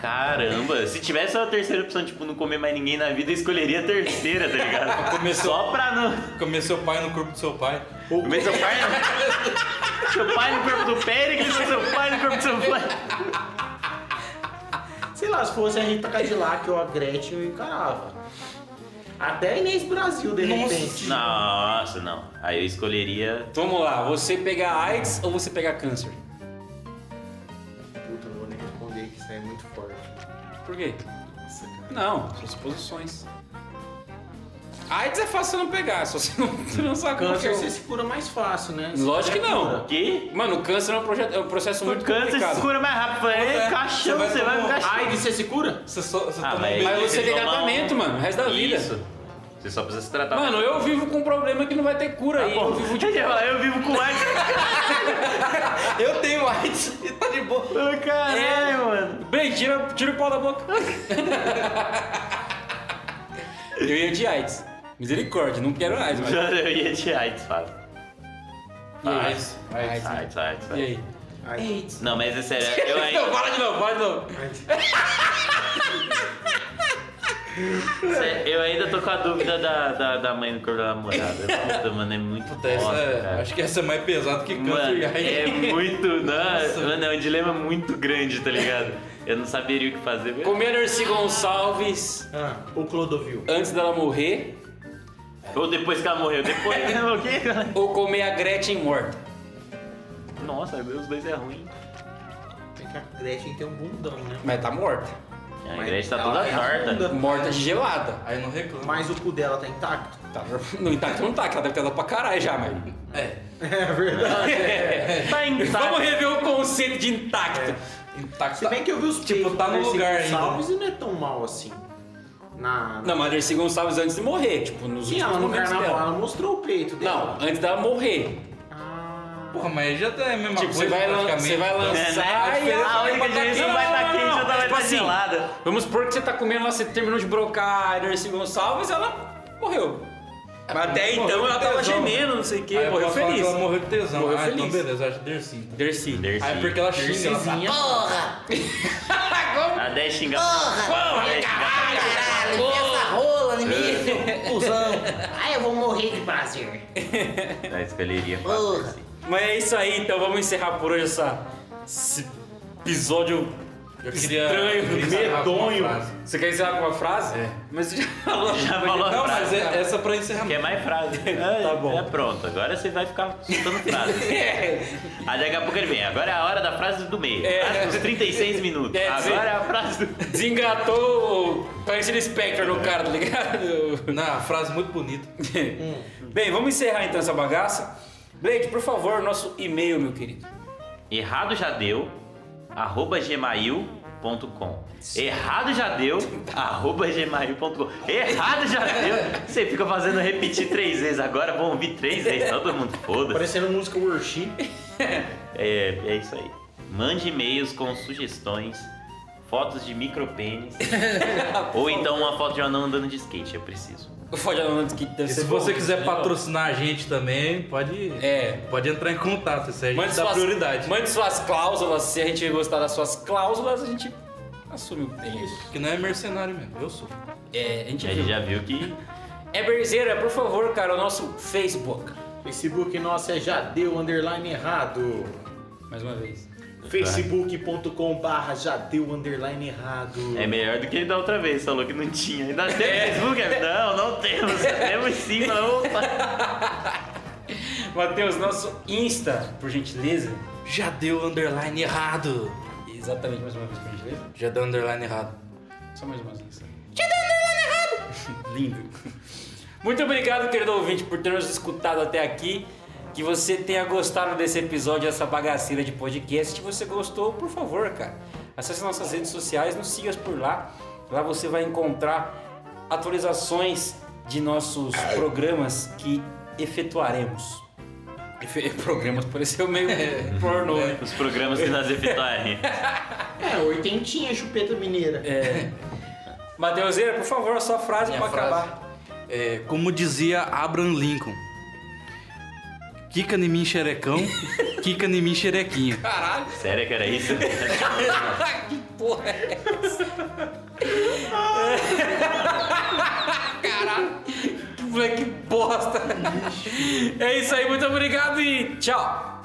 Speaker 5: Caramba, se tivesse uma terceira opção, tipo, não comer mais ninguém na vida, eu escolheria a terceira, tá ligado?
Speaker 4: Começou-
Speaker 5: Só pra não.
Speaker 4: Comer seu pai no corpo do seu pai.
Speaker 5: Comer seu pai no... seu pai no corpo do Péricles, comer seu pai no corpo do seu pai.
Speaker 3: Sei lá, se fosse a Rita Cadillac ou a Gretchen, eu encarava. Até a Inês Brasil, de
Speaker 4: Nossa.
Speaker 3: repente.
Speaker 5: Nossa, não. Aí eu escolheria.
Speaker 2: Vamos lá, você pegar AIDS ou você pegar câncer?
Speaker 3: Puta, não vou nem responder que isso aí é muito forte.
Speaker 2: Por quê? Não, são suposições. AIDS é fácil você não pegar, só você não (laughs) transar com
Speaker 3: Câncer
Speaker 2: qualquer
Speaker 3: você
Speaker 2: um.
Speaker 3: se cura mais fácil, né?
Speaker 2: Lógico que não.
Speaker 3: Cura.
Speaker 5: Que?
Speaker 2: Mano, o câncer é um, projeto, é um processo
Speaker 5: O
Speaker 2: muito
Speaker 5: câncer se
Speaker 2: complicado.
Speaker 5: cura mais rápido. É,
Speaker 4: É.
Speaker 5: caixão, você vai no
Speaker 4: tomar-
Speaker 5: caixão.
Speaker 3: AIDS você se cura?
Speaker 4: Você só. Você
Speaker 5: Ah,
Speaker 4: toma um
Speaker 5: mas-
Speaker 2: Mas
Speaker 4: beijo.
Speaker 2: você tem
Speaker 5: tomar um-
Speaker 2: tratamento, mano, o resto da vida.
Speaker 5: Isso. Você só precisa se tratar.
Speaker 2: Mano, eu vivo com um problema que não vai ter cura
Speaker 5: Tá
Speaker 2: aí.
Speaker 5: bom.
Speaker 2: Eu vivo
Speaker 5: (laughs)
Speaker 2: de
Speaker 5: Eu ia falar, Eu vivo com AIDS.
Speaker 4: Eu tenho AIDS (laughs) e tá de boa. É.
Speaker 5: Ah, Caralho, mano.
Speaker 2: Bem, tira, tira o pau da boca. eu ia de AIDS. Misericórdia, não quero AIDS,
Speaker 5: (laughs)
Speaker 2: mas.
Speaker 5: Juro, eu ia de AIDS, Fábio.
Speaker 2: E aí?
Speaker 5: AIDS. AIDS,
Speaker 2: né?
Speaker 5: AIDS, AIDS.
Speaker 2: E aí?
Speaker 3: AIDS.
Speaker 5: Não, mas é sério, eu
Speaker 2: Não,
Speaker 5: ainda.
Speaker 4: (laughs)
Speaker 2: para de novo, para de novo.
Speaker 5: sé- Eu ainda tô com a dúvida da, da, da mãe do corpo da namorada. Puta, mano, é muito
Speaker 4: Puta, essa
Speaker 5: bosta,
Speaker 4: é-
Speaker 5: cara.
Speaker 4: acho que essa é mais pesada que câncer
Speaker 5: Mano,
Speaker 4: e AIDS. (laughs)
Speaker 5: é muito. Não, mano, é um dilema muito grande, tá ligado? Eu não saberia o que fazer.
Speaker 2: Comer a Nercy Gonçalves
Speaker 3: Ah, o Clodovil.
Speaker 2: antes dela morrer
Speaker 5: Ou depois que ela morreu, depois.
Speaker 4: (laughs)
Speaker 5: né? o quê?
Speaker 2: ou comer a Gretchen morta?
Speaker 5: Nossa, os dois é ruim.
Speaker 3: Tem que a Gretchen tem um bundão, né?
Speaker 2: Mas tá morta.
Speaker 5: A
Speaker 3: Mas
Speaker 5: igreja tá
Speaker 3: ela
Speaker 5: toda
Speaker 3: é a
Speaker 5: torta.
Speaker 3: bunda.
Speaker 2: Morta de gelada.
Speaker 4: Aí não reclama.
Speaker 3: Mas o cu dela tá intacto?
Speaker 2: Tá, (laughs) no intacto não tá, que ela deve ter dado pra caralho já, mas.
Speaker 4: É.
Speaker 3: (laughs) É verdade.
Speaker 5: (laughs) Tá
Speaker 2: (laughs) Vamos
Speaker 5: intacto.
Speaker 2: rever o conceito de intacto.
Speaker 4: Intacto.
Speaker 3: Se bem que eu vi os
Speaker 4: Tipo, tá no lugar ainda.
Speaker 3: Salves e não é tão mal assim. Na.
Speaker 2: Não, mas a Nercy Gonçalves antes de morrer, tipo, nos
Speaker 3: Sim,
Speaker 2: últimos
Speaker 3: ela no
Speaker 2: momentos
Speaker 3: carnaval
Speaker 2: dela.
Speaker 3: ela mostrou o peito dela.
Speaker 2: Não, antes dela morrer.
Speaker 3: Ah.
Speaker 4: Porra, mas aí já tá a mesma
Speaker 2: Tipo,
Speaker 4: coisa.
Speaker 2: você vai, lan-
Speaker 4: praticamente.
Speaker 2: você vai lançar
Speaker 5: É, né?
Speaker 2: e
Speaker 5: A única diferença é que vai estar quente, outra vai
Speaker 2: Tipo
Speaker 5: estar
Speaker 2: assim,
Speaker 5: gelada.
Speaker 2: Vamos supor que você tá comendo lá, você terminou de brocar a Nercy Gonçalves ela morreu. Mas até
Speaker 4: Morreu
Speaker 2: então ela
Speaker 4: de
Speaker 2: tava
Speaker 4: tesão.
Speaker 2: gemendo, não sei o
Speaker 4: Aí
Speaker 2: que,
Speaker 4: eu
Speaker 2: morreu
Speaker 4: posso falar que
Speaker 2: feliz.
Speaker 4: Ela morreu de tesão.
Speaker 2: Morreu
Speaker 4: ah,
Speaker 2: feliz.
Speaker 4: então beleza, eu acho Dercy.
Speaker 2: Dercy.
Speaker 4: Aí porque ela xinga. Ela fala,
Speaker 5: A 10 xinga. Ah, Porra,
Speaker 6: Caralho, essa rola em mim.
Speaker 3: Cusão.
Speaker 6: Ai, eu vou morrer de prazer.
Speaker 5: Eu escolheria
Speaker 6: Porra.
Speaker 5: fazer assim.
Speaker 2: Mas é isso aí, então vamos encerrar por hoje essa, esse episódio.
Speaker 4: Eu queria.
Speaker 2: Estranho,
Speaker 4: eu queria encerrar com uma
Speaker 3: medonho.
Speaker 4: frase.
Speaker 2: Você quer encerrar com uma frase?
Speaker 4: É.
Speaker 2: Mas você já (laughs) falou.
Speaker 5: Já falou
Speaker 4: Não,
Speaker 5: a
Speaker 4: mas
Speaker 5: frase.
Speaker 4: é, essa é pra encerrar.
Speaker 5: Quer mais frase?
Speaker 2: (laughs) Tá bom.
Speaker 5: É pronto, agora você vai ficar soltando frase.
Speaker 2: É,
Speaker 5: Aí daqui a pouco ele vem. Agora é a hora da frase do meio.
Speaker 2: É.
Speaker 5: Frase dos 36 minutos.
Speaker 2: É, sim.
Speaker 5: Agora é a frase do.
Speaker 2: desengatou o Parecida Spectre no cara, tá (laughs) ligado?
Speaker 4: Não, a frase muito bonita.
Speaker 2: Bem, vamos encerrar então essa bagaça. Blade, por favor, nosso e-mail, meu querido.
Speaker 5: Errado já deu, arroba gmail.com. Errado
Speaker 2: (laughs)
Speaker 5: já deu, arroba gmail.com. Errado já deu. Você fica fazendo repetir três vezes agora, vão ouvir três vezes, todo mundo foda.
Speaker 3: Parecendo música worship.
Speaker 5: É, é isso aí. Mande e-mails com sugestões, fotos de micropênis, ou então uma foto de um anão andando de skate, eu preciso.
Speaker 2: O Fode Anonymous que deve
Speaker 4: E
Speaker 2: ser
Speaker 4: se
Speaker 2: bom. né?
Speaker 4: você quiser patrocinar a gente também, pode.
Speaker 2: É.
Speaker 4: Pode entrar em contato. Isso aí a
Speaker 2: Mande
Speaker 4: gente dá
Speaker 2: suas,
Speaker 4: prioridade.
Speaker 2: mande suas cláusulas, se a gente gostar das suas cláusulas, a gente assume o isso.
Speaker 4: Que não é mercenário mesmo, eu sou.
Speaker 2: É, a gente
Speaker 5: A
Speaker 2: viu.
Speaker 5: gente já viu que
Speaker 2: É Berzeira, por favor, cara, o nosso Facebook.
Speaker 3: Facebook nosso é já deu underline errado.
Speaker 2: Mais uma vez.
Speaker 3: facebook.com barra já deu underline errado.
Speaker 5: é melhor do que da outra vez, falou que não tinha. Ainda tem Facebook? É, Não, não temos. Temos sim, mas opa.
Speaker 2: Matheus, nosso Insta, por gentileza.
Speaker 4: Já deu underline errado.
Speaker 2: Exatamente, mais uma vez, por gentileza.
Speaker 4: Já deu underline errado.
Speaker 2: Só mais uma vez. Insta. (laughs) Lindo. Muito obrigado, querido ouvinte, por ter nos escutado até aqui. Que você tenha gostado desse episódio, dessa bagaceira de podcast. Se você gostou, por favor, cara, acesse nossas redes sociais, nos siga por lá. Lá você vai encontrar atualizações de nossos programas que efetuaremos. Efe- (laughs) Programas pareceu (laughs) meio pornô, né?
Speaker 5: Os programas que nós efetuarem.
Speaker 3: É, oitentinha chupeta mineira.
Speaker 2: É. Mateuseira, por favor, a sua frase
Speaker 4: Minha
Speaker 2: pra
Speaker 4: frase.
Speaker 2: acabar.
Speaker 4: É, como dizia Abraham Lincoln. Kika em mim (laughs) xerecão, kika em mim xerequinha.
Speaker 2: Caralho!
Speaker 5: Sério que era isso?
Speaker 2: que porra é essa? (laughs) Caralho, que moleque bosta. É isso aí, muito obrigado e tchau.